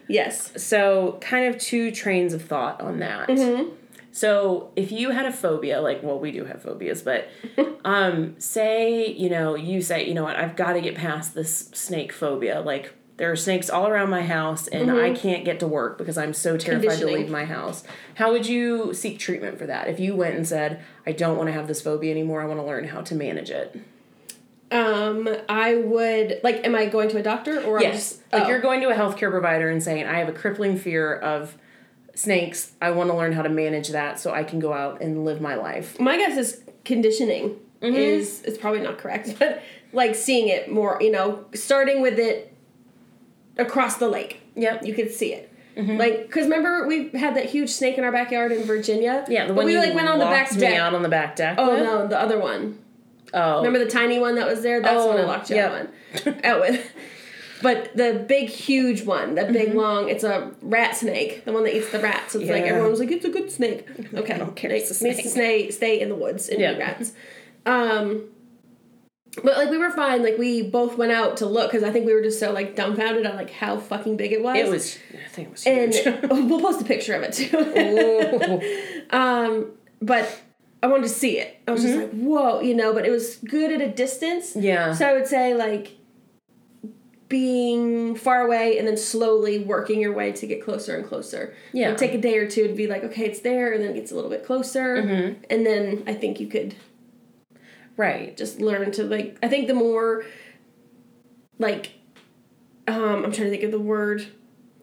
S3: yes.
S2: So, kind of two trains of thought on that. So, if you had a phobia, like, well, we do have phobias, but um, say, you know, you say, you know what, I've got to get past this snake phobia. Like, there are snakes all around my house, and I can't get to work because I'm so terrified to
S3: Conditioning.
S2: leave my house. How would you seek treatment for that if you went and said, I don't want to have this phobia anymore, I want to learn how to manage it?
S3: Um, I would like. Am I going to a doctor or I'm
S2: Yes.
S3: just
S2: Like
S3: oh.
S2: you're going to a healthcare provider and saying, I have a crippling fear of snakes. I want to learn how to manage that so I can go out and live my life.
S3: My guess is conditioning
S2: Mm-hmm.
S3: is it's probably not correct, but like seeing it more. You know, starting with it across the lake.
S2: Yep. Mm-hmm.
S3: you could see it. Like, cause remember we had that huge snake in our backyard in Virginia.
S2: Yeah, the
S3: But
S2: one
S3: we
S2: you
S3: like went on the back
S2: locked me
S3: deck.
S2: out on the back deck.
S3: Oh
S2: with?
S3: no, the other one.
S2: Oh.
S3: Remember the tiny one that was there? That's the one I
S2: Oh,
S3: locked you
S2: yep.
S3: out on. out with. But the big, huge one, the big long, it's a rat snake, the one that eats the rats. It's like
S2: Mm-hmm. Yeah.
S3: everyone was like, it's a good snake. Okay,
S2: I don't care, it's a
S3: Snake needs to stay, stay in the woods and
S2: Yeah.
S3: eat rats. Um, but like we were fine. Like we both went out to look because I think we were just so like dumbfounded on like how fucking big it was.
S2: It was, I think it was
S3: and
S2: huge.
S3: we'll post a picture of it too.
S2: Ooh.
S3: um, but I wanted to see it. I was just like, whoa, you know. But it was good at a distance.
S2: Mm-hmm. yeah.
S3: So I would say like being far away and then slowly working your way to get closer and closer.
S2: Yeah.
S3: Like, take a day or two to be like, okay, it's there, and then it gets a little bit closer,
S2: Mm-hmm.
S3: and then I think you could
S2: right.
S3: just learn to like. I think the more like um, I'm trying to think of the word.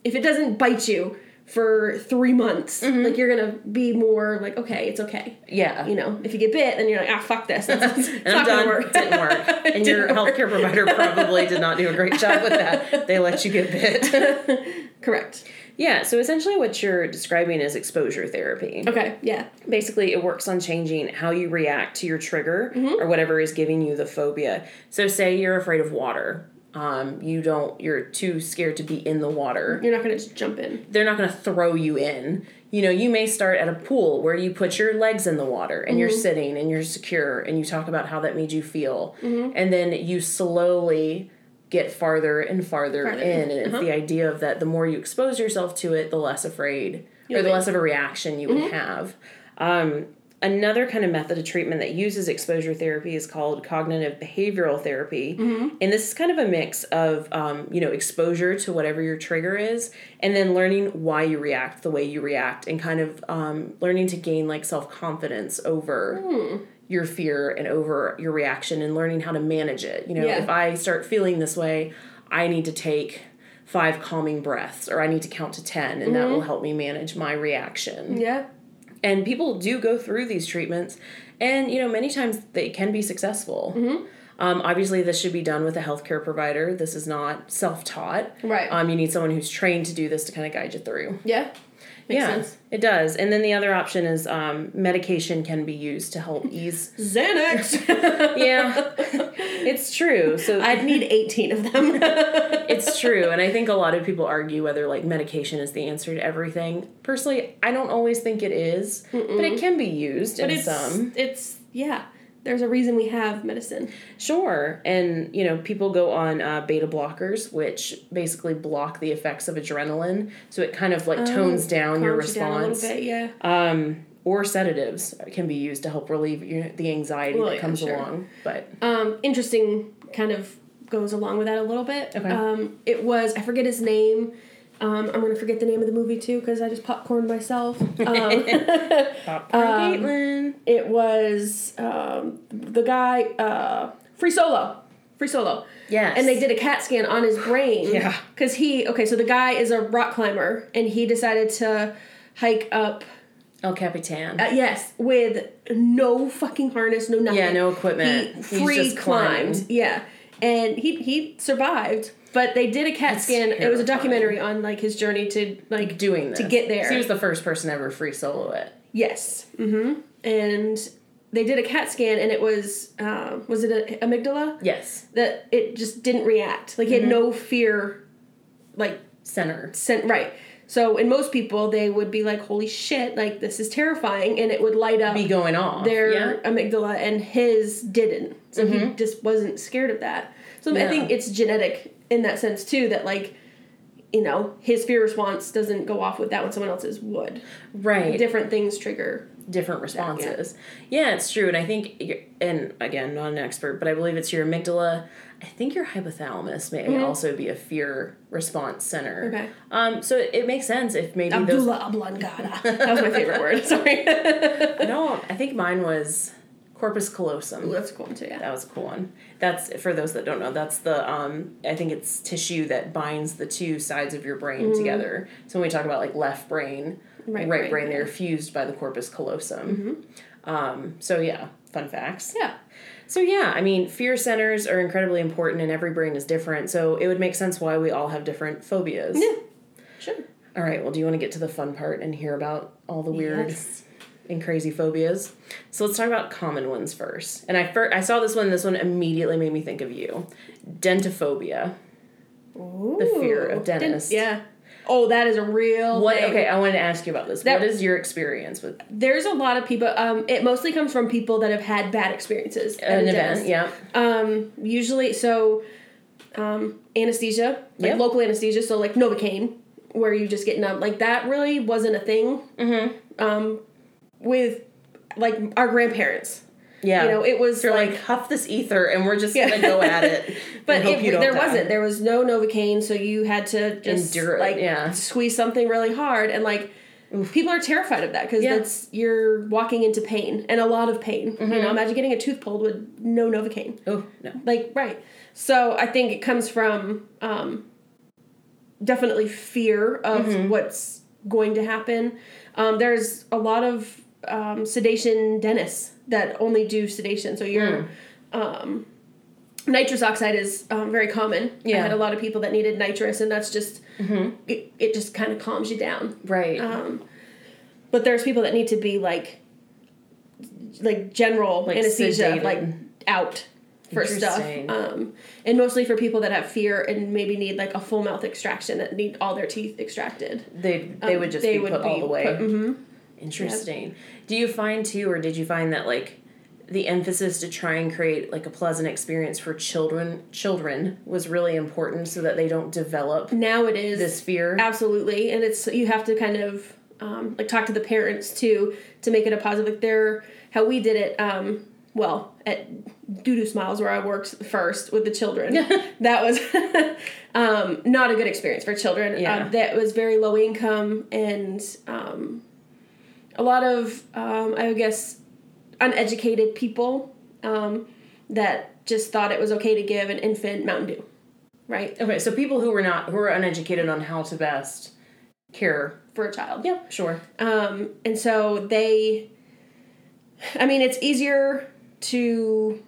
S3: If it doesn't bite you for three months,
S2: Mm-hmm.
S3: like you're gonna be more like, okay, it's okay.
S2: Yeah.
S3: You know, if you get bit, then you're like, ah, fuck this. That's, it's
S2: and I'm
S3: not gonna
S2: done.
S3: work.
S2: Didn't work. And your
S3: Didn't work.
S2: healthcare provider probably did not do a great job with that. They let you get bit.
S3: Correct.
S2: Yeah. So essentially, what you're describing is exposure therapy.
S3: Okay. Yeah.
S2: basically it works on changing how you react to your trigger or whatever is giving you the phobia so say you're afraid of water um, you don't you're too scared to be in the water
S3: You're not gonna just jump in.
S2: they're not going to throw you in you know you may start at a pool where you put your legs in the water and you're sitting and you're secure and you talk about how that made you feel and then you slowly get farther and farther,
S3: Farther
S2: in
S3: in,
S2: and it's the idea of that the more you expose yourself to it the less afraid or
S3: You'll
S2: the
S3: be.
S2: less of a reaction you would have Um, another kind of method of treatment that uses exposure therapy is called cognitive behavioral therapy and this is kind of a mix of um, you know exposure to whatever your trigger is and then learning why you react the way you react and kind of um, learning to gain like self-confidence over your fear and over your reaction and learning how to manage it you know
S3: Yeah.
S2: if i start feeling this way i need to take five calming breaths or i need to count to ten and
S3: Mm-hmm.
S2: that will help me manage my reaction
S3: Yeah.
S2: and people do go through these treatments and you know many times they can be successful
S3: Mm-hmm.
S2: um, obviously this should be done with a healthcare provider this is not self-taught
S3: Right.
S2: um, you need someone who's trained to do this to kind of guide you through
S3: Yeah. Makes
S2: yeah
S3: sense.
S2: it does and then the other option is um, medication can be used to help ease
S3: Xanax.
S2: yeah it's true so
S3: I'd need 18 of them.
S2: it's true and i think a lot of people argue whether like medication is the answer to everything personally i don't always think it is, but it can be used in
S3: it's
S2: some
S3: it's yeah. There's a reason we have medicine.
S2: Sure. And, you know, people go on uh, beta blockers, which basically block the effects of adrenaline. So it kind of like tones down your
S3: Oh, Calms you down a little
S2: response.
S3: bit, yeah.
S2: Or sedatives can be used to help relieve your, the anxiety
S3: Well,
S2: that
S3: yeah,
S2: comes
S3: sure.
S2: along. But
S3: um, interesting kind of goes along with that a little bit.
S2: Okay.
S3: Um, it was I forget his name. Um, I'm gonna forget the name of the movie too because I just popcorned myself. Um,
S2: Pop Caitlin.
S3: it was um, the guy uh, Free Solo. Free Solo.
S2: Yes.
S3: And they did a CAT scan on his brain.
S2: Yeah.
S3: Because he okay, so the guy is a rock climber and he decided to hike up.
S2: El Capitan.
S3: Uh, yes, with no fucking harness, no nothing.
S2: yeah, no equipment.
S3: He
S2: He's
S3: free
S2: just
S3: climbed.
S2: climbed.
S3: Yeah, and he he survived. But they did a CAT scan. It was a documentary on like his journey to like
S2: doing this.
S3: to get there.
S2: So he was the first person to ever free solo it.
S3: yes. Mm-hmm. And they did a CAT scan, and it was um, was it a amygdala
S2: Yes.
S3: that it just didn't react. Like he
S2: Mm-hmm.
S3: had no fear. Like
S2: Center.
S3: sent right. So in most people, they would be like, "Holy shit! Like this is terrifying," and it would light up
S2: Be going off.
S3: their
S2: Yeah. Mm-hmm.
S3: amygdala and his didn't. So he just wasn't scared of that. So I
S2: Yeah.
S3: think it's genetic in that sense too that like you know, his fear response doesn't go off with that when someone else's would.
S2: Right.
S3: Different things trigger.
S2: different responses. Yeah. it's true. And I think, y- and again, not an expert, but I believe it's your amygdala. I think your hypothalamus may also be a fear response center.
S3: Okay.
S2: Um, so it, it makes sense if maybe those.
S3: Abdullah Oblongata. That was my favorite word. Sorry.
S2: I don't. I think mine was corpus callosum.
S3: That's cool too, yeah.
S2: That was a cool one. That's for those that don't know. That's the um, I think it's tissue that binds the two sides of your brain together. So when we talk about like left brain,
S3: Right
S2: Mm-hmm. right,
S3: brain,
S2: brain, they're fused by the corpus callosum. Um, so yeah, fun facts.
S3: Yeah.
S2: So yeah, I mean, fear centers are incredibly important, and every brain is different. So it would make sense why we all have different phobias.
S3: Yeah. Sure.
S2: All right. Well, do you want to get to the fun part and hear about all the weird
S3: Yes.
S2: and crazy phobias? So let's talk about common ones first. And I fir- I saw this one. This one immediately made me think of you. Dentophobia.
S3: The
S2: fear of dentists.
S3: yeah. Oh, that is a real
S2: What?
S3: thing.
S2: Okay, I wanted to ask you about this.
S3: That-
S2: what is your experience with
S3: There's a lot of people um it mostly comes from people that have had bad experiences. uh,
S2: an
S3: at a
S2: event?
S3: dentist.
S2: Yeah.
S3: Um, usually, so um, anesthesia, like
S2: Yep.
S3: local anesthesia, so like Novocaine, where you just get numb. Like that really wasn't a thing. Mm-hmm. Um, with like our grandparents,
S2: Yeah.
S3: you know, it was
S2: You're
S3: like,
S2: like, huff this ether, and we're just
S3: Yeah.
S2: gonna go at it.
S3: but
S2: and hope
S3: it,
S2: you don't
S3: there
S2: die.
S3: wasn't. There was no Novocaine, so you had to just
S2: Endure it,
S3: like
S2: yeah.
S3: squeeze something really hard and like. People are terrified of that because
S2: Yeah.
S3: that's you're walking into pain and a lot of pain.
S2: Mm-hmm.
S3: You know, imagine getting a tooth pulled with no Novocaine.
S2: Oh no.
S3: like right so i think it comes from um definitely fear of what's going to happen um there's a lot of um sedation dentists that only do sedation so you're um nitrous oxide is um, very common i
S2: Yeah.
S3: had a lot of people that needed nitrous and that's just it, it just kind of calms you down
S2: Right.
S3: um, but there's people that need to be like, like general anesthesia,
S2: sedated.
S3: like out for stuff,
S2: Interesting.
S3: um, and mostly for people that have fear and maybe need like a full mouth extraction that need all their teeth extracted.
S2: they they
S3: Um,
S2: would just
S3: they
S2: be
S3: would
S2: put
S3: be
S2: all the way.
S3: put- mm-hmm.
S2: Interesting. Do you find too, or did you find that like the emphasis to try and create like a pleasant experience for children children was really important so that they don't develop
S3: Now it is
S2: this fear?
S3: Absolutely, and it's you have to kind of um, like talk to the parents too to make it a positive. Like they're how we did it. Um, well, at Doo Doo Smiles where I worked first with the children, that was um, not a good experience for children.
S2: Yeah.
S3: Um, that was very low income and um, a lot of um, I would guess uneducated people um, that just thought it was okay to give an infant Mountain Dew, right?
S2: Okay, so people who were not who were uneducated on how to best care.
S3: For a child.
S2: Yeah, sure.
S3: Um, and so they, I mean, it's easier to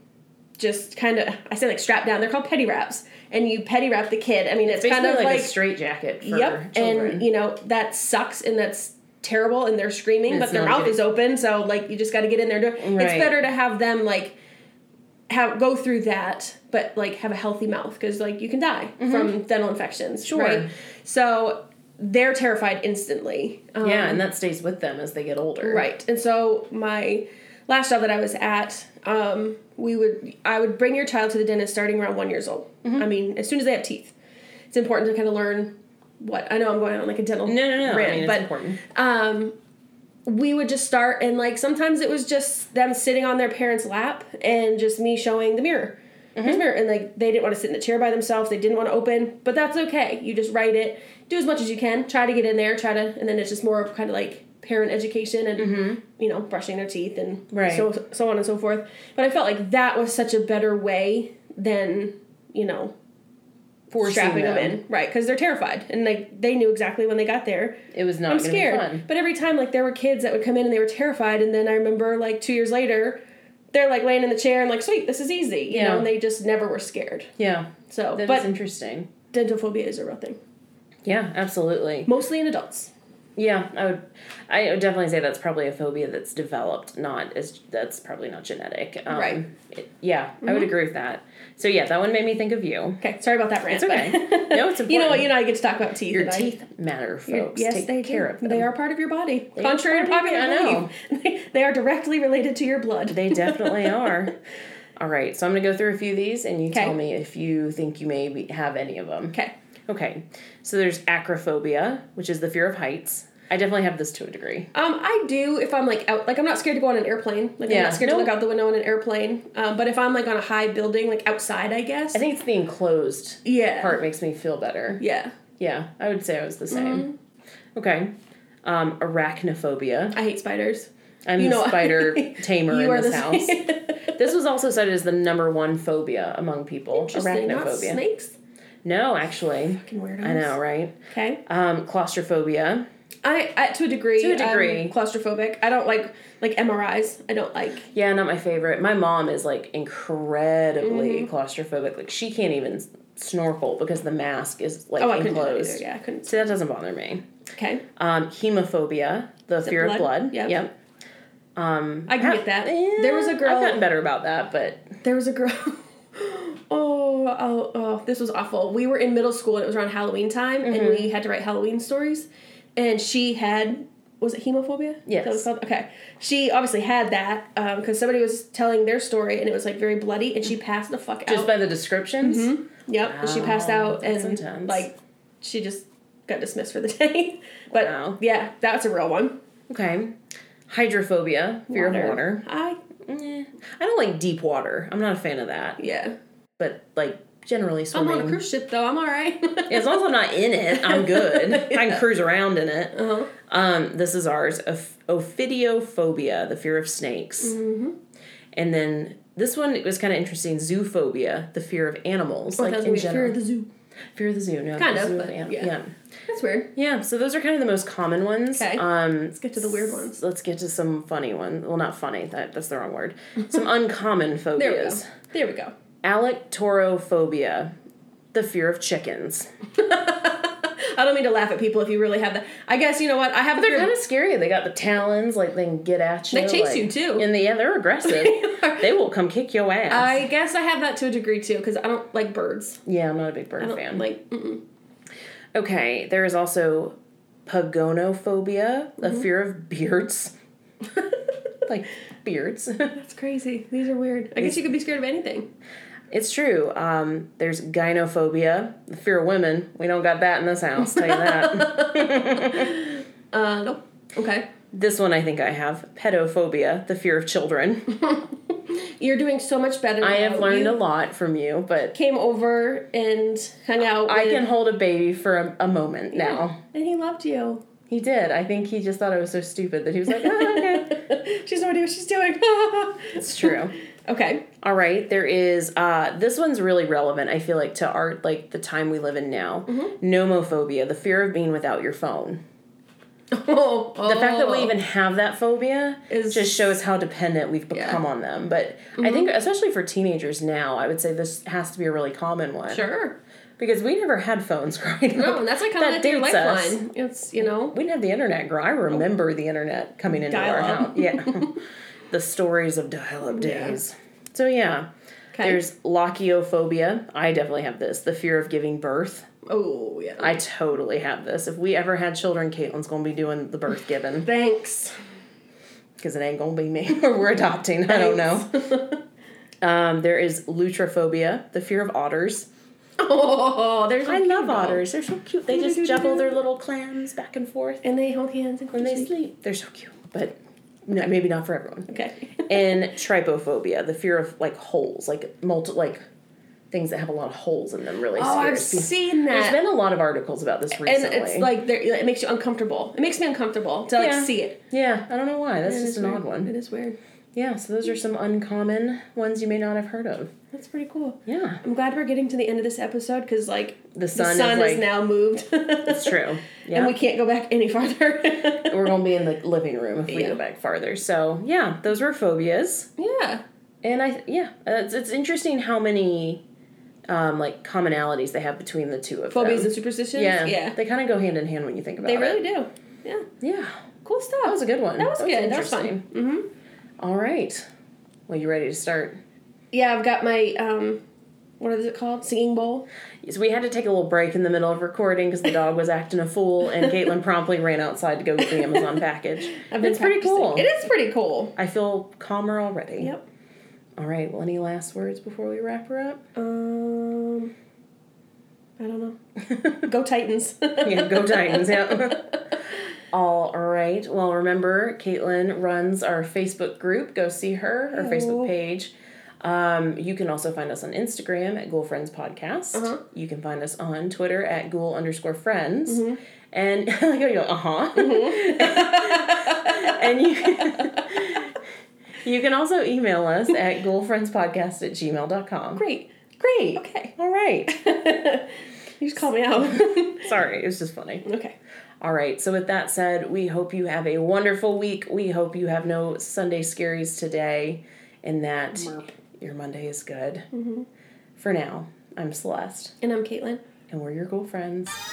S3: just kind of, I say like strap down. They're called petty wraps. And you petty wrap the kid. I mean, it's,
S2: Basically
S3: kind of
S2: like,
S3: like,
S2: a straitjacket for
S3: yep.
S2: children.
S3: And, you know, that sucks and that's terrible and they're screaming,
S2: It's
S3: but their
S2: not
S3: mouth
S2: good.
S3: is open. So, like, you just got to get in there. and do it. It's
S2: Right.
S3: better to have them, like, have, go through that, but like have a healthy mouth because like you can die from dental infections,
S2: Mm-hmm. Sure.
S3: right? So they're terrified instantly. Um,
S2: yeah, and that stays with them as they get older.
S3: Right. And so my last job that I was at, um, we would I would bring your child to the dentist starting around one years old.
S2: Mm-hmm.
S3: I mean, as soon as they have teeth, it's important to kind of learn what I know. I'm going on like a dental
S2: No, no, no.
S3: rant,
S2: I mean, it's
S3: but
S2: important.
S3: um, we would just start and like sometimes it was just them sitting on their parents' lap and just me showing the mirror. Here's the
S2: Mm-hmm.
S3: mirror. And like they didn't want to sit in the chair by themselves, they didn't want to open, but that's okay. You just write it, do as much as you can, try to get in there, try to and then it's just more of kind of like parent education and you know, brushing their teeth and
S2: Mm-hmm. Right.
S3: so so on and so forth. But I felt like that was such a better way than, you know,
S2: Forcing
S3: strapping them, in. Right, because they're terrified. And like they knew exactly when they got there.
S2: It was not.
S3: I'm
S2: gonna Be fun.
S3: scared. But every time, like, there were kids that would come in and they were terrified. And then I remember, like, two years later, they're like laying in the chair and like, sweet, this is easy. You
S2: Yeah.
S3: know, and they just never were scared.
S2: Yeah,
S3: So,
S2: that's
S3: but
S2: interesting.
S3: dental phobia is a real thing,
S2: Yeah, absolutely.
S3: mostly in adults.
S2: Yeah, I would. I would definitely say that's probably a phobia that's developed, not as that's probably not genetic. Um,
S3: Right. Mm-hmm.
S2: it- yeah, I would agree with that. So yeah, that one made me think of you.
S3: Okay, sorry about that rant.
S2: It's okay.
S3: but-
S2: No, it's
S3: you know what?
S2: important.
S3: You know, I get to talk about teeth.
S2: Your
S3: and I-
S2: teeth matter,
S3: your-
S2: folks.
S3: yes,
S2: Take
S3: they do.
S2: care of them.
S3: They are part of your body.
S2: They are
S3: Contrary to
S2: part of
S3: popular
S2: your- I know.
S3: belief, they, they are directly related to your blood.
S2: They definitely are. All right, so I'm gonna go through a few of these, and you
S3: Okay.
S2: tell me if you think you may be, have any of them.
S3: okay.
S2: Okay. So there's acrophobia, which is the fear of heights. I definitely have this to a degree.
S3: Um, I do if I'm like out, like I'm not scared to go on an airplane. Like I'm
S2: Yeah.
S3: not scared
S2: No.
S3: to look out the window in an airplane. Um, but if I'm like on a high building, like outside, I guess.
S2: I think it's the enclosed
S3: yeah.
S2: part makes me feel better.
S3: Yeah.
S2: Yeah, I would say I was the
S3: Mm-hmm.
S2: same. Okay. Um, arachnophobia.
S3: I hate spiders.
S2: I'm
S3: You
S2: the
S3: know-
S2: spider tamer
S3: You
S2: in
S3: are
S2: this
S3: the
S2: house. this was also cited as the number one phobia among people.
S3: Interesting. Not
S2: arachnophobia.
S3: snakes.
S2: No, actually.
S3: Fucking weirdos.
S2: I know, right?
S3: Okay.
S2: Um, claustrophobia.
S3: I, I to a degree.
S2: To a degree.
S3: I'm claustrophobic. I don't like like MRIs. I don't like.
S2: Yeah, not my favorite. My mom is like incredibly
S3: Mm-hmm.
S2: claustrophobic. Like she can't even s- snorkel because the mask is like
S3: Oh, I couldn't. do that
S2: enclosed.
S3: either. Yeah, I couldn't.
S2: So that doesn't bother me.
S3: Okay.
S2: Um, hemophobia, the fear of
S3: blood?
S2: blood.
S3: Yep.
S2: yep. Um,
S3: I can get that. There was a
S2: I've gotten
S3: girl.
S2: better about that, but
S3: There was a girl. Oh, oh, oh, this was awful. We were in middle school and it was around Halloween time, and we
S2: Mm-hmm.
S3: had to write Halloween stories. And she had, was it hemophobia?
S2: Yes.
S3: That was called? Okay. She obviously had that because somebody was telling their story and it was like very bloody, and she passed the fuck out.
S2: just by the descriptions,
S3: Mm-hmm. Yep, and she passed
S2: Wow,
S3: out
S2: that's
S3: and
S2: intense.
S3: like she just got dismissed for the day. but
S2: Wow.
S3: yeah, that's a real one.
S2: okay. Hydrophobia, fear of water.
S3: I
S2: Eh, I don't like deep water. I'm not a fan of that.
S3: yeah.
S2: But like generally
S3: I'm
S2: swimming.
S3: on a cruise ship though. I'm all right.
S2: As long as I'm not in it, I'm good. I can cruise around in it.
S3: Uh-huh.
S2: Um, this is ours. Oph- ophidiophobia, the fear of snakes.
S3: Mm-hmm.
S2: And then this one was kind of interesting. Zoophobia, the fear of animals. like
S3: Oh, that's
S2: in
S3: weird. Fear
S2: general.
S3: of the zoo.
S2: fear of the zoo. No,
S3: Kind
S2: the
S3: of,
S2: zoo
S3: but
S2: anim-
S3: yeah.
S2: yeah.
S3: That's weird.
S2: Yeah, So those are kind of the most common ones.
S3: Okay.
S2: Um,
S3: Let's get to the weird ones.
S2: let's get to some funny ones. Well, not funny. That that's the wrong word. Some uncommon
S3: There we
S2: phobias.
S3: go. There we go.
S2: Alectorophobia, the fear of chickens.
S3: I don't mean to laugh at people if you really have that. I guess you know what I have.
S2: They're kind of scary. They got the talons, like they can get at you.
S3: Mm. They chase
S2: like-
S3: you, too.
S2: And they, yeah, they're aggressive. they will come kick your ass.
S3: I guess I have that to a degree too because I don't like birds.
S2: yeah, I'm not a big bird
S3: I don't
S2: fan.
S3: like. Mm-mm.
S2: okay, there is also pagonophobia, a
S3: Mm-hmm.
S2: fear of beards, like beards.
S3: That's crazy. These are weird. I guess you could be scared of anything.
S2: it's true. Um, there's gynophobia, the fear of women. We don't got that in this house. Tell you that.
S3: Uh, nope. Okay.
S2: this one I think I have pedophobia, the fear of children.
S3: You're doing so much better.
S2: I have
S3: now.
S2: learned
S3: You
S2: a lot from you, but
S3: Came over and hung out.
S2: I
S3: with-
S2: can hold a baby for a, a moment now.
S3: and he loved you.
S2: He did. I think he just thought I was so stupid that he was like, "Ah, okay.
S3: she's already what she's doing.
S2: it's true.
S3: okay.
S2: All right, there is uh this one's really relevant, I feel like, to art like the time we live in now. Nomophobia, the fear of being without your phone.
S3: Oh,
S2: The fact that we even have that phobia
S3: Is-
S2: just shows how dependent we've become on them. But I think especially for teenagers now, I would say this has to be a really common one.
S3: sure.
S2: Because we never had phones growing
S3: No,
S2: up.
S3: and that's like kind
S2: That
S3: of like your
S2: dates us.
S3: lifeline. It's you know.
S2: We didn't have the internet growing. I remember the internet coming into our
S3: Dial-up.
S2: house. Yeah. the stories of dial up
S3: Yeah.
S2: days. So yeah.
S3: Okay.
S2: There's lachiophobia. I definitely have this. The fear of giving birth.
S3: oh yeah.
S2: I totally have this. If we ever had children, Caitlin's gonna be doing the birth given.
S3: Thanks.
S2: because it ain't gonna be me or we're adopting. I don't know. um, there is lutrophobia, the fear of otters.
S3: Oh, there's.
S2: I love otters. They're so cute. They just juggle their little clams back and forth
S3: And they hold hands and
S2: when they
S3: sleep.
S2: sleep. They're so cute, but no, maybe not for everyone.
S3: Okay.
S2: And trypophobia, the fear of like holes, like multi, like things that have a lot of holes in them. Really
S3: Oh, I've
S2: scares people.
S3: seen
S2: There's
S3: that.
S2: been a lot of articles about this recently.
S3: and it's like there- it makes you uncomfortable. It makes me uncomfortable to like
S2: Yeah.
S3: see it.
S2: yeah, I don't know why. That's
S3: It
S2: just
S3: is
S2: an
S3: weird.
S2: odd one.
S3: It is weird.
S2: Yeah, so those are some uncommon ones you may not have heard of.
S3: That's pretty cool.
S2: Yeah,
S3: I'm glad we're getting to the end of this episode because like
S2: The sun is, like-
S3: now moved.
S2: it's true. Yeah,
S3: and we can't go back any farther.
S2: we're gonna be in the living room if we
S3: Yeah.
S2: go back farther. So yeah, those were phobias.
S3: yeah.
S2: And I yeah, uh, it's, it's interesting how many um, like commonalities they have between the two of
S3: Phobias
S2: them.
S3: and superstitions.
S2: yeah,
S3: yeah.
S2: they kind of go hand in hand when you think about
S3: They
S2: it.
S3: really do. Yeah.
S2: yeah.
S3: Cool stuff.
S2: That was a good one.
S3: That was good. That was
S2: interesting.
S3: fun. Mm-hmm.
S2: All right. Well, you ready to start?
S3: Yeah, I've got my um, what is it called? Singing bowl.
S2: So we had to take a little break in the middle of recording because the dog was acting a fool, and Caitlin promptly ran outside to go get the Amazon package.
S3: I've
S2: it's pretty
S3: practicing.
S2: cool.
S3: It is pretty cool.
S2: I feel calmer already.
S3: Yep.
S2: All right. Well, any last words before we wrap her up?
S3: Um, I don't know. Go Titans.
S2: yeah, go Titans. Yeah. All right. Well, remember, Caitlin runs our Facebook group. Go see her, our Facebook page. Um, you can also find us on Instagram at Ghoul Friends Podcast. You can find us on Twitter at Ghoul underscore Friends. And I like how you go, uh huh.
S3: Mm-hmm.
S2: and you, you can also email us at ghoulfriendspodcast at gmail.com.
S3: Great.
S2: Great.
S3: Okay.
S2: All right.
S3: You just called me out.
S2: Sorry, it was just funny.
S3: okay.
S2: All right, so with that said, we hope you have a wonderful week. We hope you have no Sunday scaries today and that
S3: Merp.
S2: your Monday is good. For now, I'm Celeste,
S3: And I'm Caitlin.
S2: and we're your girlfriends. friends.